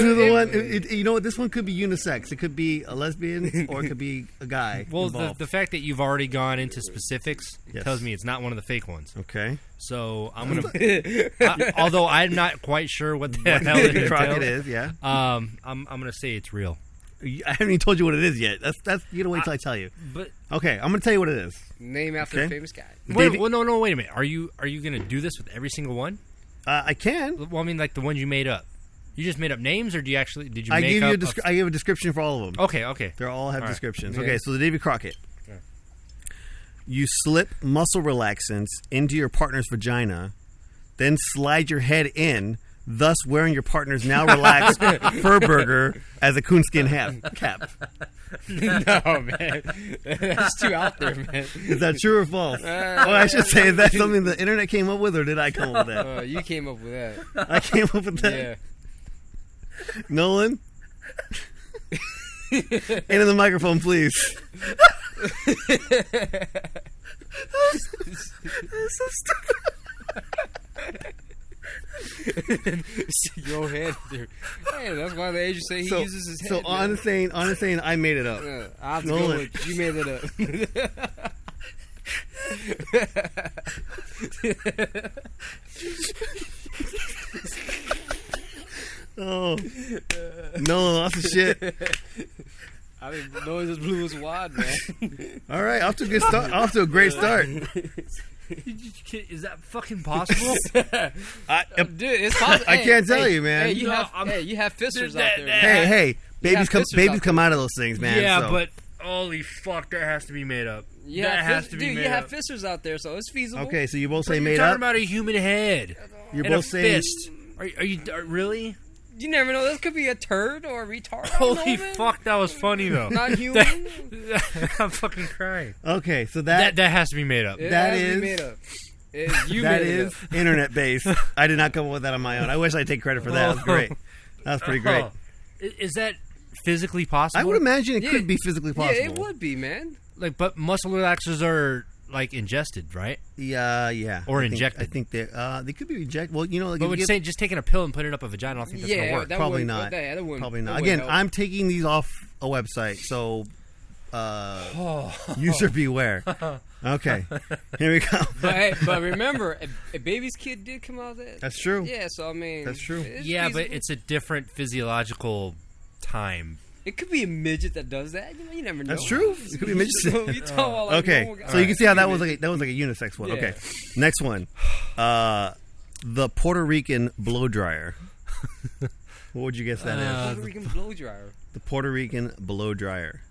Speaker 4: who the one. It, it- you know what? This one could be unisex. It could be a lesbian or it could be a guy.
Speaker 3: Well, the,
Speaker 4: involved.
Speaker 3: the fact that you've already gone into specifics
Speaker 4: Yes.
Speaker 3: tells me it's not one of the fake ones.
Speaker 4: okay.
Speaker 3: So I'm gonna. I, although I'm not quite sure what the hell it
Speaker 4: Croc it
Speaker 3: entails,
Speaker 4: is. Yeah.
Speaker 3: Um, I'm I'm gonna say it's real.
Speaker 4: I haven't even told you what it is yet. That's that's. You know, wait till I tell you.
Speaker 3: But
Speaker 4: Okay, I'm gonna tell you what it is.
Speaker 5: Name after the
Speaker 4: Okay.
Speaker 5: famous guy.
Speaker 3: wait,
Speaker 4: David-
Speaker 3: well, no, no, wait a minute. Are you are you gonna do this with every single one?
Speaker 4: Uh, I can.
Speaker 3: Well, I mean, like the ones you made up. You just made up names, or do you actually did you?
Speaker 4: I
Speaker 3: make
Speaker 4: gave
Speaker 3: up
Speaker 4: you a descri- I gave a description for all of them.
Speaker 3: okay, okay.
Speaker 4: They all have
Speaker 3: All right.
Speaker 4: descriptions.
Speaker 5: Yeah.
Speaker 4: Okay, so the Davy Crockett. You slip muscle relaxants into your partner's vagina, then slide your head in, thus wearing your partner's now relaxed fur burger as a coonskin hat cap. Oh,
Speaker 5: no, man. That's too out there, man.
Speaker 4: Is that true or false? well, I should say is that something the internet came up with, or did I come up with that?
Speaker 5: Uh, you came up with that.
Speaker 4: I came up with that.
Speaker 5: Yeah.
Speaker 4: Nolan, into the microphone, please.
Speaker 5: Your head, dude. Hey, that's why the agent say he
Speaker 4: so,
Speaker 5: uses his head.
Speaker 4: so
Speaker 5: man.
Speaker 4: honest saying, honest saying, I made it up.
Speaker 5: Yeah, I have to go
Speaker 4: Nolan.
Speaker 5: with you made it up.
Speaker 4: Oh, Nolan lost his shit.
Speaker 5: I didn't know it was blue as wide, man.
Speaker 4: All right, off to a good start. Off to a great start.
Speaker 3: Is that fucking possible?
Speaker 4: I,
Speaker 5: Dude, it's possible.
Speaker 4: I
Speaker 5: Hey,
Speaker 4: can't tell
Speaker 5: hey,
Speaker 4: you, man.
Speaker 5: Hey, you
Speaker 3: No,
Speaker 5: have
Speaker 3: I'm-
Speaker 5: hey, you have
Speaker 3: Dude,
Speaker 5: fisters
Speaker 3: that-
Speaker 5: out there.
Speaker 3: that-
Speaker 4: hey, hey,
Speaker 5: got
Speaker 4: babies come,
Speaker 5: fisters
Speaker 4: babies
Speaker 5: out
Speaker 4: come out of those things, man.
Speaker 3: yeah,
Speaker 4: so-
Speaker 3: but holy fuck, that has to be made up.
Speaker 5: You
Speaker 3: that
Speaker 5: have
Speaker 3: has
Speaker 5: fist-
Speaker 3: to be
Speaker 5: dude,
Speaker 3: made
Speaker 5: you
Speaker 3: up.
Speaker 5: have fisters out there, so it's feasible.
Speaker 4: okay, so you both say
Speaker 3: You're
Speaker 4: made
Speaker 3: talking
Speaker 4: up.
Speaker 3: about a human head
Speaker 4: You're
Speaker 3: and a
Speaker 4: both saying
Speaker 3: fist. Are, are you are, really?
Speaker 5: You never know. This could be a turd or a retard. I don't
Speaker 3: Holy
Speaker 5: know, man.
Speaker 3: fuck, that was funny though.
Speaker 5: Not human.
Speaker 3: I'm fucking crying.
Speaker 4: okay. So
Speaker 3: That
Speaker 4: that
Speaker 3: that has to be made up.
Speaker 5: It
Speaker 4: That
Speaker 5: has to be
Speaker 4: is-
Speaker 5: made up. It- you
Speaker 4: that
Speaker 5: made it
Speaker 4: is
Speaker 5: up.
Speaker 4: internet based. I did not come up with that on my own. I wish I would take credit for that. That's great. That's pretty great.
Speaker 3: Oh. I- Is that physically possible?
Speaker 4: I would imagine it
Speaker 5: Yeah.
Speaker 4: could be physically possible.
Speaker 5: Yeah, it would be, man.
Speaker 3: Like, but muscle relaxers are like ingested, right?
Speaker 4: Yeah, yeah.
Speaker 3: Or
Speaker 4: I think-
Speaker 3: injected.
Speaker 4: I think they uh, they could be rejected. Well, you know, like
Speaker 3: But
Speaker 4: if
Speaker 3: would
Speaker 4: you
Speaker 3: say just taking a pill and putting it up a vagina, I don't think that's
Speaker 5: Yeah,
Speaker 3: gonna work.
Speaker 5: that
Speaker 4: probably
Speaker 5: wouldn't-
Speaker 4: not.
Speaker 5: that- that wouldn't-
Speaker 4: probably
Speaker 5: that
Speaker 4: not.
Speaker 5: wouldn't
Speaker 4: Again,
Speaker 5: help.
Speaker 4: I'm taking these off a website, so uh, user beware. Okay, here we go.
Speaker 5: But hey, but remember, a, a baby's kid did come out of that.
Speaker 4: That's true.
Speaker 5: yeah, so I mean,
Speaker 4: That's true.
Speaker 5: it's
Speaker 3: yeah, but
Speaker 5: feasible.
Speaker 3: it's a different physiological time.
Speaker 5: it could be a midget that does that. You, know, you never know.
Speaker 4: That's true. It could be midget.
Speaker 5: You talk about, like,
Speaker 4: okay,
Speaker 5: normal guys.
Speaker 4: so you can see how that was like a, that was like a unisex one.
Speaker 5: Yeah.
Speaker 4: Okay, next one, uh, the Puerto Rican blow dryer. what would you guess that is?
Speaker 5: Puerto Rican blow dryer.
Speaker 4: The Puerto Rican blow dryer.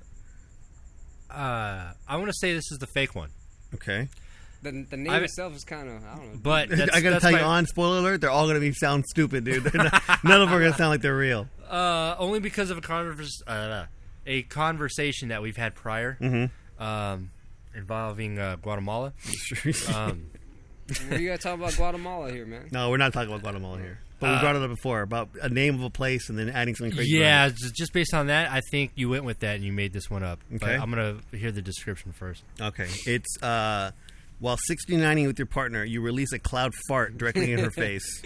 Speaker 3: Uh, I want to say this is the fake one,
Speaker 4: Okay,
Speaker 5: The, the name
Speaker 3: I've-
Speaker 5: itself is kind of I don't know.
Speaker 3: but that's,
Speaker 4: I gotta
Speaker 3: that's
Speaker 4: tell
Speaker 3: my-
Speaker 4: you on spoiler alert, they're all gonna be sound stupid, dude. They're Not, none of them are gonna sound like they're real.
Speaker 3: uh, only because of a converse, uh, a conversation that we've had prior
Speaker 4: Mm-hmm.
Speaker 3: um, involving uh, Guatemala.
Speaker 5: Uh,
Speaker 3: Um,
Speaker 5: What are you gotta talk about Guatemala here, man?
Speaker 4: No, we're not talking about Guatemala here. But
Speaker 5: Uh,
Speaker 4: we brought it up before about a name of a place and then adding something crazy.
Speaker 3: yeah, ju- just based on that, I think you went with that and you made this one up. But
Speaker 4: Okay.
Speaker 3: I'm gonna hear the description first.
Speaker 4: around it. Okay. It's uh, while 69ing with your partner, you release a cloud fart directly in her face,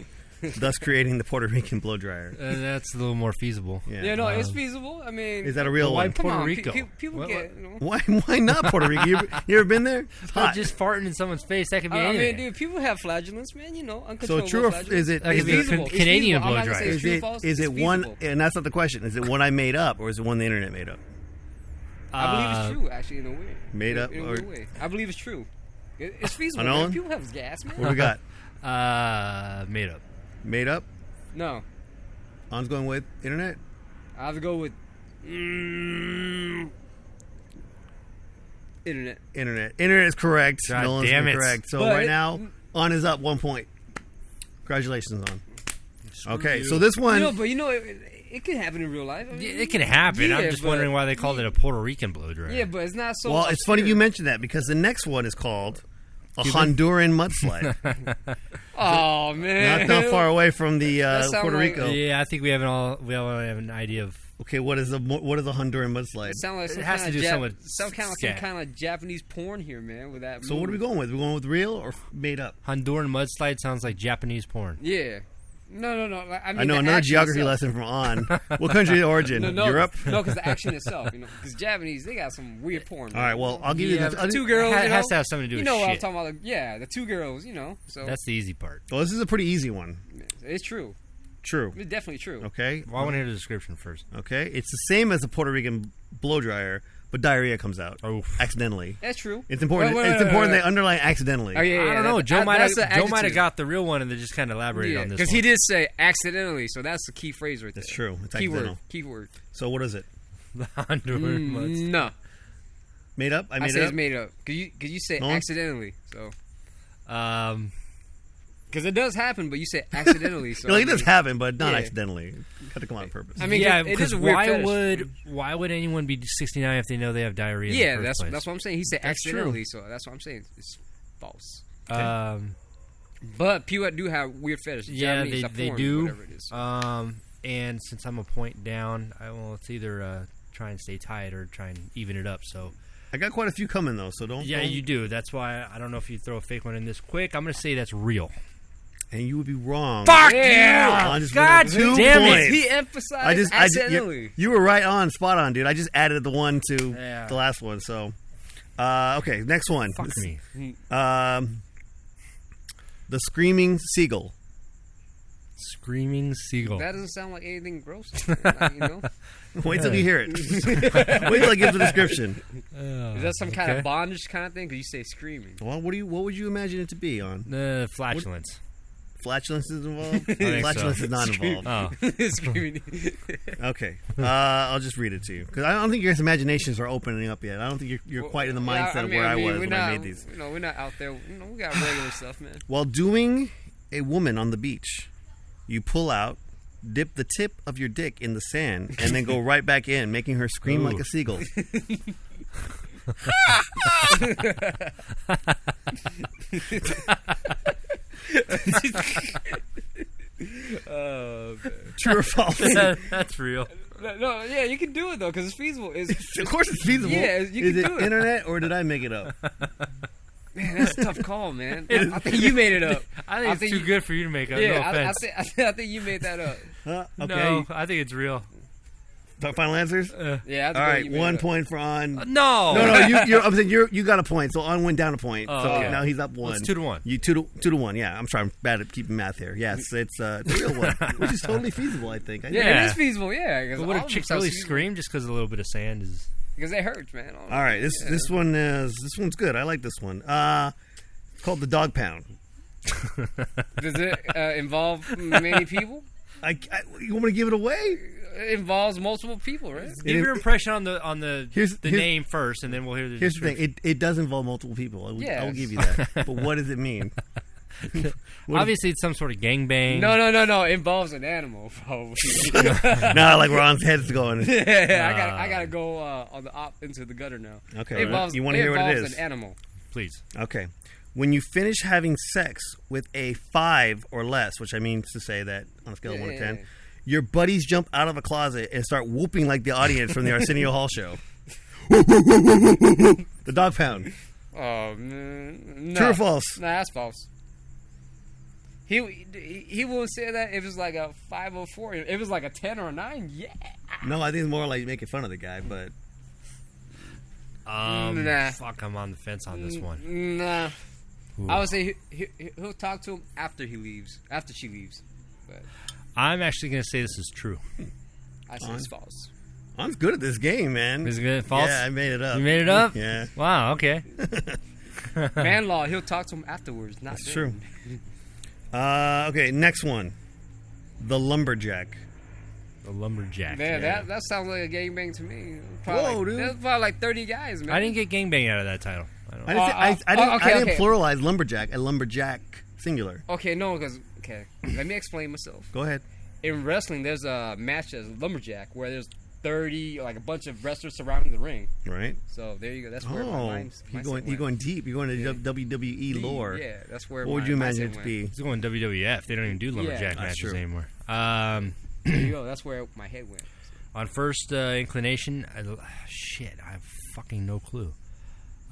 Speaker 4: thus creating the Puerto Rican blow dryer.
Speaker 3: Uh, that's a little more feasible.
Speaker 4: Yeah. uh,
Speaker 5: Yeah, no, it's feasible. I mean,
Speaker 4: Is that a real
Speaker 3: Why
Speaker 4: one?
Speaker 5: come
Speaker 3: Puerto
Speaker 5: on, pe-
Speaker 3: Rico?
Speaker 5: pe- people
Speaker 3: What-
Speaker 5: get. You know,
Speaker 4: Why? Why not Puerto Rico? You ever, you ever been there? It's
Speaker 3: Not
Speaker 4: hot.
Speaker 3: just farting in someone's face. That could be
Speaker 5: I mean,
Speaker 3: anything.
Speaker 5: dude, people have flagellants, man. You know,
Speaker 4: so
Speaker 5: uncontrollable
Speaker 4: true? Or, f-
Speaker 5: flagellants.
Speaker 4: is it?
Speaker 3: That
Speaker 4: Is
Speaker 3: could be a
Speaker 4: it?
Speaker 5: feasible.
Speaker 3: Can-
Speaker 5: It's
Speaker 3: Canadian
Speaker 5: feasible. I'm
Speaker 3: blow
Speaker 5: not gonna say
Speaker 3: dryer.
Speaker 5: it's
Speaker 4: Is
Speaker 5: true or
Speaker 4: it,
Speaker 5: false.
Speaker 4: is
Speaker 5: It's
Speaker 4: it one?
Speaker 5: feasible.
Speaker 4: And that's not the question. Is it one I made up, or is it one the internet made up?
Speaker 5: I
Speaker 3: Uh,
Speaker 5: believe it's true, actually, in a way.
Speaker 4: made
Speaker 5: In a-
Speaker 4: up
Speaker 5: in a
Speaker 4: or-
Speaker 5: weird way. I believe it's true. It, it's feasible.
Speaker 4: know
Speaker 5: Man.
Speaker 4: it.
Speaker 5: People have gas, man.
Speaker 4: What do we got?
Speaker 3: Uh, made up.
Speaker 4: made up.
Speaker 5: No,
Speaker 4: On's going with internet.
Speaker 5: I have to go with mm, internet.
Speaker 4: Internet. Internet is correct.
Speaker 3: God
Speaker 4: Nolan's
Speaker 3: damn it.
Speaker 4: correct. So
Speaker 5: But
Speaker 4: right
Speaker 5: it-
Speaker 4: now, on is up one point. Congratulations on. Okay,
Speaker 3: you.
Speaker 4: so this one,
Speaker 5: You know, but you know, it, it- it can happen in real life. I mean,
Speaker 3: Yeah, It can happen. I'm
Speaker 5: Yeah,
Speaker 3: just
Speaker 5: but-
Speaker 3: wondering why they called it a Puerto Rican blow dryer.
Speaker 5: Yeah, but it's not so.
Speaker 4: well, it's funny you
Speaker 5: obscure.
Speaker 4: mentioned that because the next one is called a Honduran mudslide.
Speaker 5: Oh
Speaker 4: Not
Speaker 5: man,
Speaker 4: that far away from the uh,
Speaker 5: That sound
Speaker 4: Puerto
Speaker 5: like-
Speaker 4: Rico.
Speaker 3: Yeah, I think we have an all we all have an idea of.
Speaker 4: Okay, what is a mo- what is a Honduran mudslide?
Speaker 5: It sounds like some
Speaker 3: has
Speaker 5: kind
Speaker 3: to
Speaker 5: of
Speaker 3: do
Speaker 5: Jap-
Speaker 3: something with
Speaker 5: some kind of some
Speaker 3: scat.
Speaker 5: kind of Japanese porn here, man. With that.
Speaker 4: So what are we going with? we going with real or f- made up?
Speaker 3: Honduran mudslide sounds like Japanese porn.
Speaker 5: Yeah. No, no, no. like, I, mean
Speaker 4: I know
Speaker 5: the
Speaker 4: another
Speaker 5: action
Speaker 4: geography
Speaker 5: itself.
Speaker 4: lesson from on. What country of origin?
Speaker 5: No, no,
Speaker 4: Europe.
Speaker 5: No, because the action itself, you know, because Japanese they got some weird porn.
Speaker 4: All right. Well, I'll give
Speaker 5: yeah,
Speaker 4: you. The,
Speaker 5: the
Speaker 4: I'll do-
Speaker 5: two girls.
Speaker 3: It has
Speaker 5: you know?
Speaker 3: to have something to do
Speaker 5: You
Speaker 3: with
Speaker 5: know what I'm
Speaker 3: shit.
Speaker 5: talking about? like, Yeah, the two girls. You know, so
Speaker 3: That's the easy part.
Speaker 4: well, this is a pretty easy one.
Speaker 5: it's true.
Speaker 4: True.
Speaker 5: It's definitely true.
Speaker 4: Okay.
Speaker 3: Well, I want to hear the description first.
Speaker 4: Okay. It's the same as the Puerto Rican blow dryer, but diarrhea comes out
Speaker 3: Oof.
Speaker 4: accidentally.
Speaker 5: That's true.
Speaker 4: It's important.
Speaker 5: Wait, wait,
Speaker 4: it's
Speaker 5: wait,
Speaker 4: important
Speaker 5: wait,
Speaker 4: they underline accidentally.
Speaker 5: wait. Oh, yeah, yeah,
Speaker 3: I don't know.
Speaker 5: that-
Speaker 3: Joe
Speaker 5: that-
Speaker 3: might have
Speaker 5: that's the
Speaker 3: Joe might have
Speaker 5: adjective.
Speaker 3: got the real one and then just kind of elaborated on this.
Speaker 5: because
Speaker 3: one.
Speaker 5: he did say accidentally, so that's the key phrase right there.
Speaker 4: That's true. It's
Speaker 5: Keyword.
Speaker 4: accidental.
Speaker 5: Keyword.
Speaker 4: So what is it?
Speaker 3: the underwear monster.
Speaker 5: No,
Speaker 4: Made up? I
Speaker 5: I
Speaker 4: made
Speaker 5: say
Speaker 4: it
Speaker 5: it's
Speaker 4: up.
Speaker 5: made up. Cause you, cause you say
Speaker 4: Nolan?
Speaker 5: accidentally, so
Speaker 3: Um,
Speaker 5: because it does happen, but you say accidentally. So
Speaker 4: You're like,
Speaker 5: I
Speaker 4: it does
Speaker 5: mean-
Speaker 4: happen, but not
Speaker 5: Yeah.
Speaker 4: accidentally. It had to come on purpose.
Speaker 5: I mean,
Speaker 3: yeah,
Speaker 5: it- it
Speaker 3: because
Speaker 5: is a weird
Speaker 3: why
Speaker 5: fetish.
Speaker 3: would why would anyone be 69 if they know they have diarrhea?
Speaker 5: Yeah,
Speaker 3: in the
Speaker 5: that's
Speaker 3: first place?
Speaker 5: that's what I'm saying. He said
Speaker 3: That's true.
Speaker 5: accidentally, so that's what I'm saying. It's false.
Speaker 3: Um,
Speaker 5: But people do have weird fetishes.
Speaker 3: yeah,
Speaker 5: Japanese,
Speaker 3: they,
Speaker 5: a
Speaker 3: they
Speaker 5: form,
Speaker 3: do.
Speaker 5: Whatever it
Speaker 4: Uh,
Speaker 5: is.
Speaker 3: Um, and since I'm a point down, I will it's either uh, try and stay tight or try and even it up. So
Speaker 4: I got quite a few coming though, so don't.
Speaker 3: yeah,
Speaker 4: don't-
Speaker 3: you do. That's why I don't know if you throw a fake one in this quick. I'm gonna say that's real.
Speaker 4: And you would be wrong.
Speaker 5: yeah.
Speaker 4: I just
Speaker 3: God
Speaker 4: went up two
Speaker 3: damn it.
Speaker 4: points.
Speaker 5: He emphasized
Speaker 4: I just, I just-
Speaker 5: accidentally.
Speaker 4: you, you were right on, spot on, dude. I just added the one to
Speaker 3: Yeah.
Speaker 4: the last one. So, uh, okay, next one.
Speaker 3: Fuck
Speaker 4: This-
Speaker 3: me.
Speaker 4: Um, the screaming seagull.
Speaker 3: Screaming seagull.
Speaker 5: That doesn't sound like anything gross. like, you know?
Speaker 4: Wait till you hear it. Wait till I give the description.
Speaker 5: Is that some kind
Speaker 3: okay.
Speaker 5: of bondage kind of thing? Because you say screaming.
Speaker 4: Well, what do you? What would you imagine it to be on?
Speaker 3: Uh, flatulence.
Speaker 4: Flatulence is involved.
Speaker 3: think so.
Speaker 4: Flatulence is not involved.
Speaker 3: Oh,
Speaker 5: screaming.
Speaker 4: Okay, uh, I'll just read it to you because I don't think your guys' imaginations are opening up yet. I don't think you're, you're quite in the
Speaker 5: Yeah,
Speaker 4: mindset of where I,
Speaker 5: mean,
Speaker 4: was
Speaker 5: we're
Speaker 4: when
Speaker 5: not,
Speaker 4: I made these.
Speaker 5: You know, we're not out there. You know, we got regular stuff, man.
Speaker 4: While doing a woman on the beach, you pull out, dip the tip of your dick in the sand, and then go right back in, making her scream
Speaker 3: Ooh.
Speaker 4: like a seagull.
Speaker 5: Uh,
Speaker 4: True or false? of
Speaker 3: that's real.
Speaker 5: no, yeah, you can do it though, because it's feasible. It's,
Speaker 4: course, it's feasible.
Speaker 5: Yeah, you
Speaker 4: Is
Speaker 5: can
Speaker 4: it
Speaker 5: do it.
Speaker 4: internet or did I make it up?
Speaker 5: man, that's a tough call, man. I I think you made it up.
Speaker 3: I think it's too
Speaker 5: you,
Speaker 3: good for you to make up.
Speaker 5: Yeah,
Speaker 3: no
Speaker 5: I, I,
Speaker 3: offense.
Speaker 5: think, I, think, I think you made that up.
Speaker 4: Huh? Okay.
Speaker 3: No, I think it's real.
Speaker 4: Th- Final answers.
Speaker 5: Yeah, I
Speaker 4: All right,
Speaker 5: think Uh, you made
Speaker 4: one
Speaker 5: it up.
Speaker 4: point for on.
Speaker 3: No,
Speaker 4: No, no, you, you're, I'm saying you you got a point. So on went down a point.
Speaker 3: Oh,
Speaker 4: so
Speaker 3: okay.
Speaker 4: now he's up one.
Speaker 3: it's two to one.
Speaker 4: You two to two to one. Yeah, I'm sorry, I'm bad at keeping math here. Yes, it's uh, it's a real one, which is totally feasible. I think. I think-
Speaker 5: Yeah,
Speaker 3: Yeah.
Speaker 5: it is feasible. Yeah, because
Speaker 3: But what if chicks really scream just because a little bit of sand is?
Speaker 5: Because they hurt, man.
Speaker 4: All right, this
Speaker 5: Yeah.
Speaker 4: this one is this one's good. I like this one. Uh, it's called the dog pound.
Speaker 5: Does it uh, involve many people?
Speaker 4: I, I- you want me to give it away?
Speaker 5: It involves multiple people, right?
Speaker 3: Give
Speaker 4: It-
Speaker 3: your impression on the on the
Speaker 4: Here's-
Speaker 3: the
Speaker 4: here's-
Speaker 3: name first, and then we'll hear the
Speaker 4: Here's the thing.
Speaker 3: description.
Speaker 4: It, it does involve multiple people. I will, I will
Speaker 5: Yes.
Speaker 4: give you that. but what does it mean? what-
Speaker 3: Obviously, it's some sort of gangbang.
Speaker 5: No, no, no, no. It involves an animal, probably.
Speaker 4: no, like Ron's head's going.
Speaker 5: I gotta, I
Speaker 3: Ah.
Speaker 5: gotta go uh, on the op into the gutter now.
Speaker 4: Okay,
Speaker 5: It involves,
Speaker 4: you wanna hear what it
Speaker 5: involves
Speaker 4: is?
Speaker 5: An animal.
Speaker 3: please.
Speaker 4: Okay. When you finish having sex with a five or less, which I mean to say that on a scale of
Speaker 5: Yeah,
Speaker 4: one to
Speaker 5: yeah,
Speaker 4: ten,
Speaker 5: yeah.
Speaker 4: your buddies jump out of a closet and start whooping like the audience from the Arsenio Hall show. the dog pound.
Speaker 5: Oh man. No.
Speaker 4: True or false?
Speaker 5: No, that's false. He he- he would say that if it was like a five or four. If it was like a ten or a nine, yeah.
Speaker 4: No, I think it's more like making fun of the guy, but
Speaker 3: Um,
Speaker 5: Nah. Mm.
Speaker 3: Fuck, I'm on the fence on this one.
Speaker 5: Nah.
Speaker 3: Ooh.
Speaker 5: I would say he, he, he'll talk to him after he leaves, after she leaves. But
Speaker 3: I'm actually going to say this is true.
Speaker 5: I say it's false.
Speaker 4: I'm good at this game, man.
Speaker 3: Is it good? False?
Speaker 4: Yeah, I made it up.
Speaker 3: You made it up?
Speaker 4: Yeah.
Speaker 3: Wow. Okay.
Speaker 5: Man law, he'll talk to him afterwards. Not
Speaker 4: It's
Speaker 5: then.
Speaker 4: true. Uh, okay, next one. The lumberjack.
Speaker 3: A lumberjack.
Speaker 5: Man, that that sounds like a gangbang to me.
Speaker 4: Whoa,
Speaker 5: Probably, like-
Speaker 4: dude.
Speaker 5: That's probably like thirty guys, man.
Speaker 3: I didn't get gangbang out of that title. I don't
Speaker 4: I didn't, say- I, I
Speaker 5: Uh, uh,
Speaker 4: didn't,
Speaker 5: oh, okay,
Speaker 4: I didn't
Speaker 5: okay.
Speaker 4: pluralize lumberjack. I lumberjack singular.
Speaker 5: Okay, no, because okay, let me explain myself.
Speaker 4: Go ahead.
Speaker 5: In wrestling, there's a match as lumberjack where there's thirty, like a bunch of wrestlers surrounding the ring.
Speaker 4: Right.
Speaker 5: So there you go. That's where my
Speaker 4: Oh,
Speaker 5: mind.
Speaker 4: you're
Speaker 5: mindset
Speaker 4: going, you're
Speaker 5: went.
Speaker 4: going deep. You're going to WWE lore.
Speaker 5: Yeah, that's where.
Speaker 4: What would
Speaker 5: my
Speaker 4: you
Speaker 5: mindset
Speaker 4: imagine it to
Speaker 5: went.
Speaker 4: be?
Speaker 3: He's going WWF. They don't even do lumberjack
Speaker 4: That's
Speaker 3: matches
Speaker 4: true.
Speaker 3: anymore. Um,
Speaker 5: There you go. That's where my head went.
Speaker 3: on first uh, inclination, I, shit, I have fucking no clue.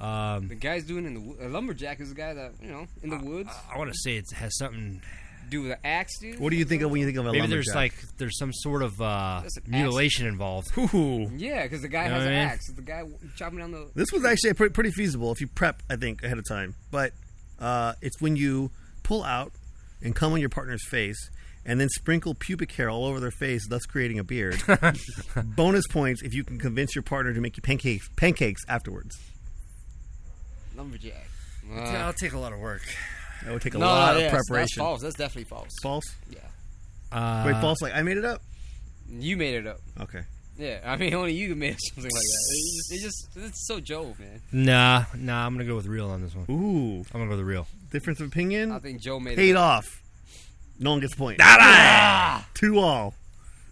Speaker 3: Um,
Speaker 4: Ah,
Speaker 5: The guy's doing in the wo- a lumberjack is a guy that you know in the woods.
Speaker 3: I want to say it has something
Speaker 5: do with an axe, dude?
Speaker 4: What do you think of when you think of a
Speaker 3: Maybe
Speaker 4: lumberjack?
Speaker 3: there's like there's some sort of uh,
Speaker 5: That's an axe.
Speaker 3: mutilation involved. Ooh.
Speaker 5: Yeah, because the guy
Speaker 3: You know
Speaker 5: has
Speaker 3: what
Speaker 5: an
Speaker 3: I mean?
Speaker 5: axe. The guy chopping down the.
Speaker 4: This was actually pretty, pretty feasible if you prep, I think, ahead of time. But uh, it's when you pull out and come on your partner's face and then sprinkle pubic hair all over their face, thus creating a beard. Bonus points if you can convince your partner to make you pancakes, pancakes afterwards.
Speaker 6: Lumberjack.
Speaker 3: I'll take a lot of work.
Speaker 4: That would take a
Speaker 6: No,
Speaker 4: lot
Speaker 6: no,
Speaker 4: of
Speaker 6: yes, That's
Speaker 4: preparation.
Speaker 6: false. That's definitely false.
Speaker 4: false?
Speaker 6: Yeah.
Speaker 3: Uh,
Speaker 4: Wait, false? Like I made it up?
Speaker 5: You made it up.
Speaker 4: Okay.
Speaker 5: Yeah, I mean, only you made something like that. It's just, it's just it's so Joe, man.
Speaker 3: Nah, nah. I'm gonna go with real on this one.
Speaker 4: Ooh,
Speaker 3: I'm gonna go with real.
Speaker 4: difference of
Speaker 5: I
Speaker 4: opinion.
Speaker 5: think Joe made
Speaker 4: Paid
Speaker 5: it. Up.
Speaker 4: off. No one gets a point. Two all.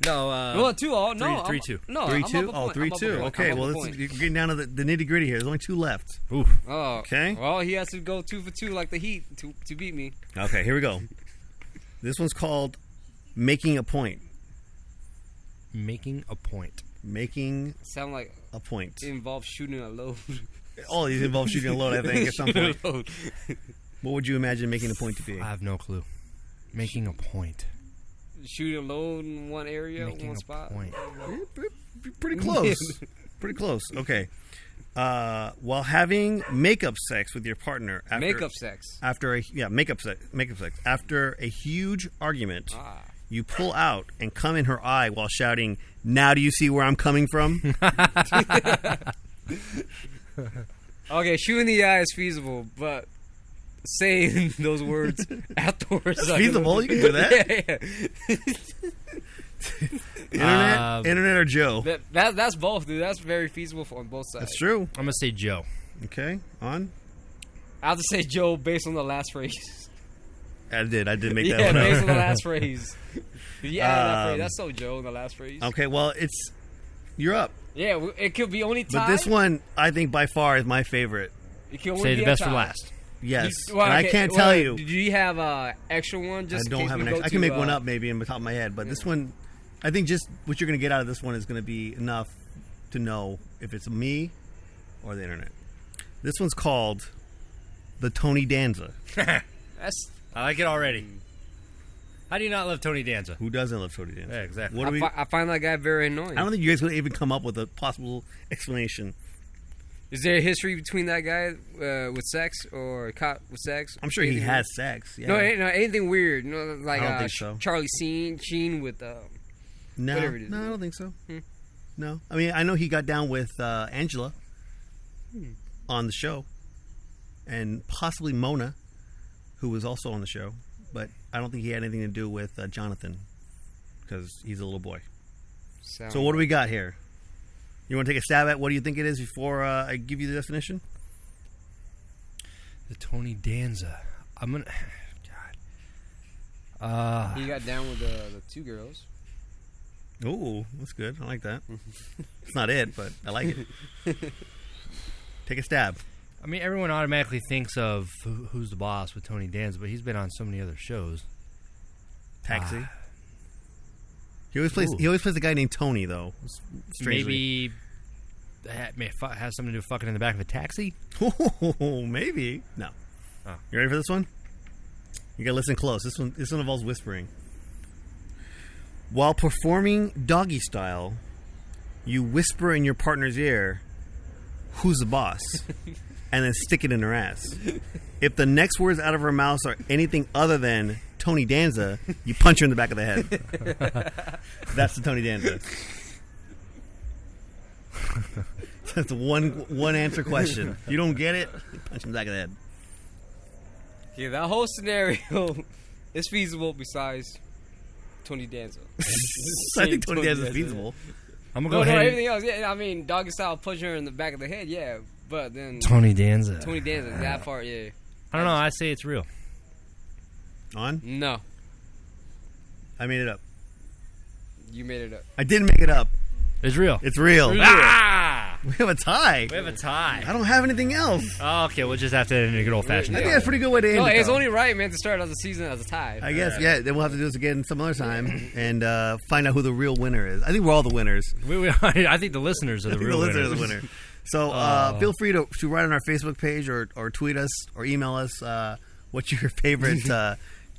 Speaker 3: No. Uh,
Speaker 5: Well, two all. No, I'm-
Speaker 3: three, two.
Speaker 5: No,
Speaker 4: Three
Speaker 5: I'm
Speaker 4: two.
Speaker 5: Up a
Speaker 4: Oh,
Speaker 5: point.
Speaker 4: three
Speaker 5: I'm up a
Speaker 4: two.
Speaker 5: point.
Speaker 4: Okay,
Speaker 5: I'm up
Speaker 4: well,
Speaker 5: a
Speaker 4: this is,
Speaker 5: point.
Speaker 4: you're getting down to the, the nitty gritty here. There's only two left.
Speaker 3: oof.
Speaker 5: Oh,
Speaker 4: Okay.
Speaker 5: Well, he has to go two for two like the Heat to to beat me.
Speaker 4: Okay, here we go. This one's called making a point.
Speaker 3: Making a point.
Speaker 4: Making
Speaker 5: Sound like
Speaker 4: a point.
Speaker 5: it involves shooting a load.
Speaker 4: All these involve shooting a load. I think at some
Speaker 5: Shooting
Speaker 4: point.
Speaker 5: a load.
Speaker 4: What would you imagine making a point to be?
Speaker 3: I have no clue. Making a point.
Speaker 5: Shooting a load in one area,
Speaker 3: Making
Speaker 5: one
Speaker 3: a
Speaker 5: spot.
Speaker 3: point.
Speaker 4: Pretty close. Pretty close. Okay. Uh, while having makeup sex with your partner after
Speaker 5: Makeup sex.
Speaker 4: after a yeah makeup sex makeup sex after a huge argument,
Speaker 5: Ah.
Speaker 4: you pull out and come in her eye while shouting, "Now do you see where I'm coming from?"
Speaker 5: Okay, shooting the eye is feasible, but saying those words afterwards. is like-
Speaker 4: feasible. You can do that.
Speaker 5: Yeah, yeah.
Speaker 4: Internet,
Speaker 3: Um,
Speaker 4: internet or Joe.
Speaker 5: That, that that's both, dude. That's very feasible for on both sides.
Speaker 4: That's true.
Speaker 3: I'm gonna say Joe.
Speaker 4: Okay, on.
Speaker 5: I have to say Joe based on the last phrase.
Speaker 4: I did. I did make that
Speaker 5: yeah,
Speaker 4: one
Speaker 5: based
Speaker 4: up.
Speaker 5: on the last phrase. Yeah, that
Speaker 4: Um,
Speaker 5: phrase. that's so Joe in the last phrase.
Speaker 4: Okay, well, it's you're up,
Speaker 5: yeah, w- it could be only
Speaker 4: but
Speaker 5: time.
Speaker 4: this one I think by far is my favorite.
Speaker 5: it could only
Speaker 3: Say
Speaker 5: be
Speaker 3: the
Speaker 5: a
Speaker 3: best for
Speaker 5: tie.
Speaker 3: last.
Speaker 4: Yes,
Speaker 5: You- well,
Speaker 4: and I
Speaker 5: okay,
Speaker 4: can't
Speaker 5: well,
Speaker 4: tell you.
Speaker 5: Do you have uh, extra one?
Speaker 4: I
Speaker 5: Just in
Speaker 4: don't
Speaker 5: case
Speaker 4: have
Speaker 5: we
Speaker 4: an.
Speaker 5: go
Speaker 4: Ex- I
Speaker 5: to,
Speaker 4: can make one
Speaker 5: uh,
Speaker 4: up maybe in the top of my head, but this one, I think just what you're going to get out of this one is going to be enough to know if it's me or the internet. This one's called the Tony Danza.
Speaker 5: That's
Speaker 3: I like it already.
Speaker 5: Hmm.
Speaker 3: How do you not love Tony Danza?
Speaker 4: Who doesn't love Tony Danza?
Speaker 3: Yeah, exactly.
Speaker 4: What
Speaker 5: I,
Speaker 4: do we?
Speaker 5: fi- I find that guy very annoying.
Speaker 4: I don't think you guys could even come up with a possible explanation.
Speaker 5: Is there a history between that guy uh, with sex or caught with sex?
Speaker 4: I'm sure he
Speaker 5: Anything-
Speaker 4: has sex. Yeah.
Speaker 5: No, ain't- no, anything weird. No, like
Speaker 4: I don't
Speaker 5: uh,
Speaker 4: think
Speaker 5: Ch-
Speaker 4: so.
Speaker 5: Charlie Sheen, Sheen with uh,
Speaker 4: No,
Speaker 5: Whatever it is. Hmm.
Speaker 4: no, I don't think so. No, I mean, I know he got down with uh, Angela
Speaker 5: Hmm.
Speaker 4: on the show, and possibly Mona, who was also on the show, but I don't think he had anything to do with uh, Jonathan because he's a little boy.
Speaker 5: sound.
Speaker 4: So what do we got here? You want to take a stab at what do you think it is before uh, I give you the definition?
Speaker 3: The Tony Danza. I'm gonna. God. Uh,
Speaker 5: he got down with the, the two girls.
Speaker 4: Ooh, that's good. I like that. it's not it, but I like it. take a stab.
Speaker 3: I mean, everyone automatically thinks of who, who's the boss with Tony Danza, but he's been on so many other shows.
Speaker 4: Taxi. Ah. He always plays.
Speaker 3: Ooh.
Speaker 4: He always plays a guy named Tony, though. S- Strangely.
Speaker 3: Maybe that may fu- has something to do with fucking in the back of a taxi.
Speaker 4: Maybe. Maybe. No.
Speaker 3: Oh.
Speaker 4: You ready for this one? You gotta listen close. This one. This one involves whispering. While performing doggy style, you whisper in your partner's ear, "Who's the boss?" and then stick it in her ass. If the next words out of her mouth are anything other than Tony Danza, you punch her in the back of the head. That's the Tony Danza. That's one one answer question. You don't get it, punch him in the back of the head.
Speaker 5: Yeah, that whole scenario is feasible. Besides Tony Danza,
Speaker 4: I think Tony Danza is feasible.
Speaker 3: I'm gonna
Speaker 5: no,
Speaker 3: go
Speaker 5: no,
Speaker 3: ahead.
Speaker 5: everything else. Yeah, I mean, doggy style punch her in the back of the head. Yeah, but then
Speaker 3: Tony Danza.
Speaker 5: Tony Danza, that part. Yeah,
Speaker 3: I don't know. I say it's real.
Speaker 4: On?
Speaker 5: no,
Speaker 4: I made it up.
Speaker 5: you made it up.
Speaker 4: I didn't make it up.
Speaker 3: It's real.
Speaker 4: It's real.
Speaker 3: ah!
Speaker 4: We have a tie.
Speaker 3: We have a tie.
Speaker 4: I don't have anything else.
Speaker 3: Oh, okay, we'll just have to end in a good old fashioned.
Speaker 4: I think that's a pretty good way to end
Speaker 5: No,
Speaker 4: it.
Speaker 5: it's
Speaker 4: though.
Speaker 5: only right, man, to start out the season as a tie.
Speaker 4: I guess, yeah. Then we'll have to do this again some other time and uh, find out who the real winner is. I think we're all the winners.
Speaker 3: We, we, I think the listeners are the
Speaker 4: I think
Speaker 3: real
Speaker 4: the listener is
Speaker 3: winners. Oh.
Speaker 4: the winner. So uh, feel free to, to write on our Facebook page or, or tweet us or email us uh, what your favorite uh,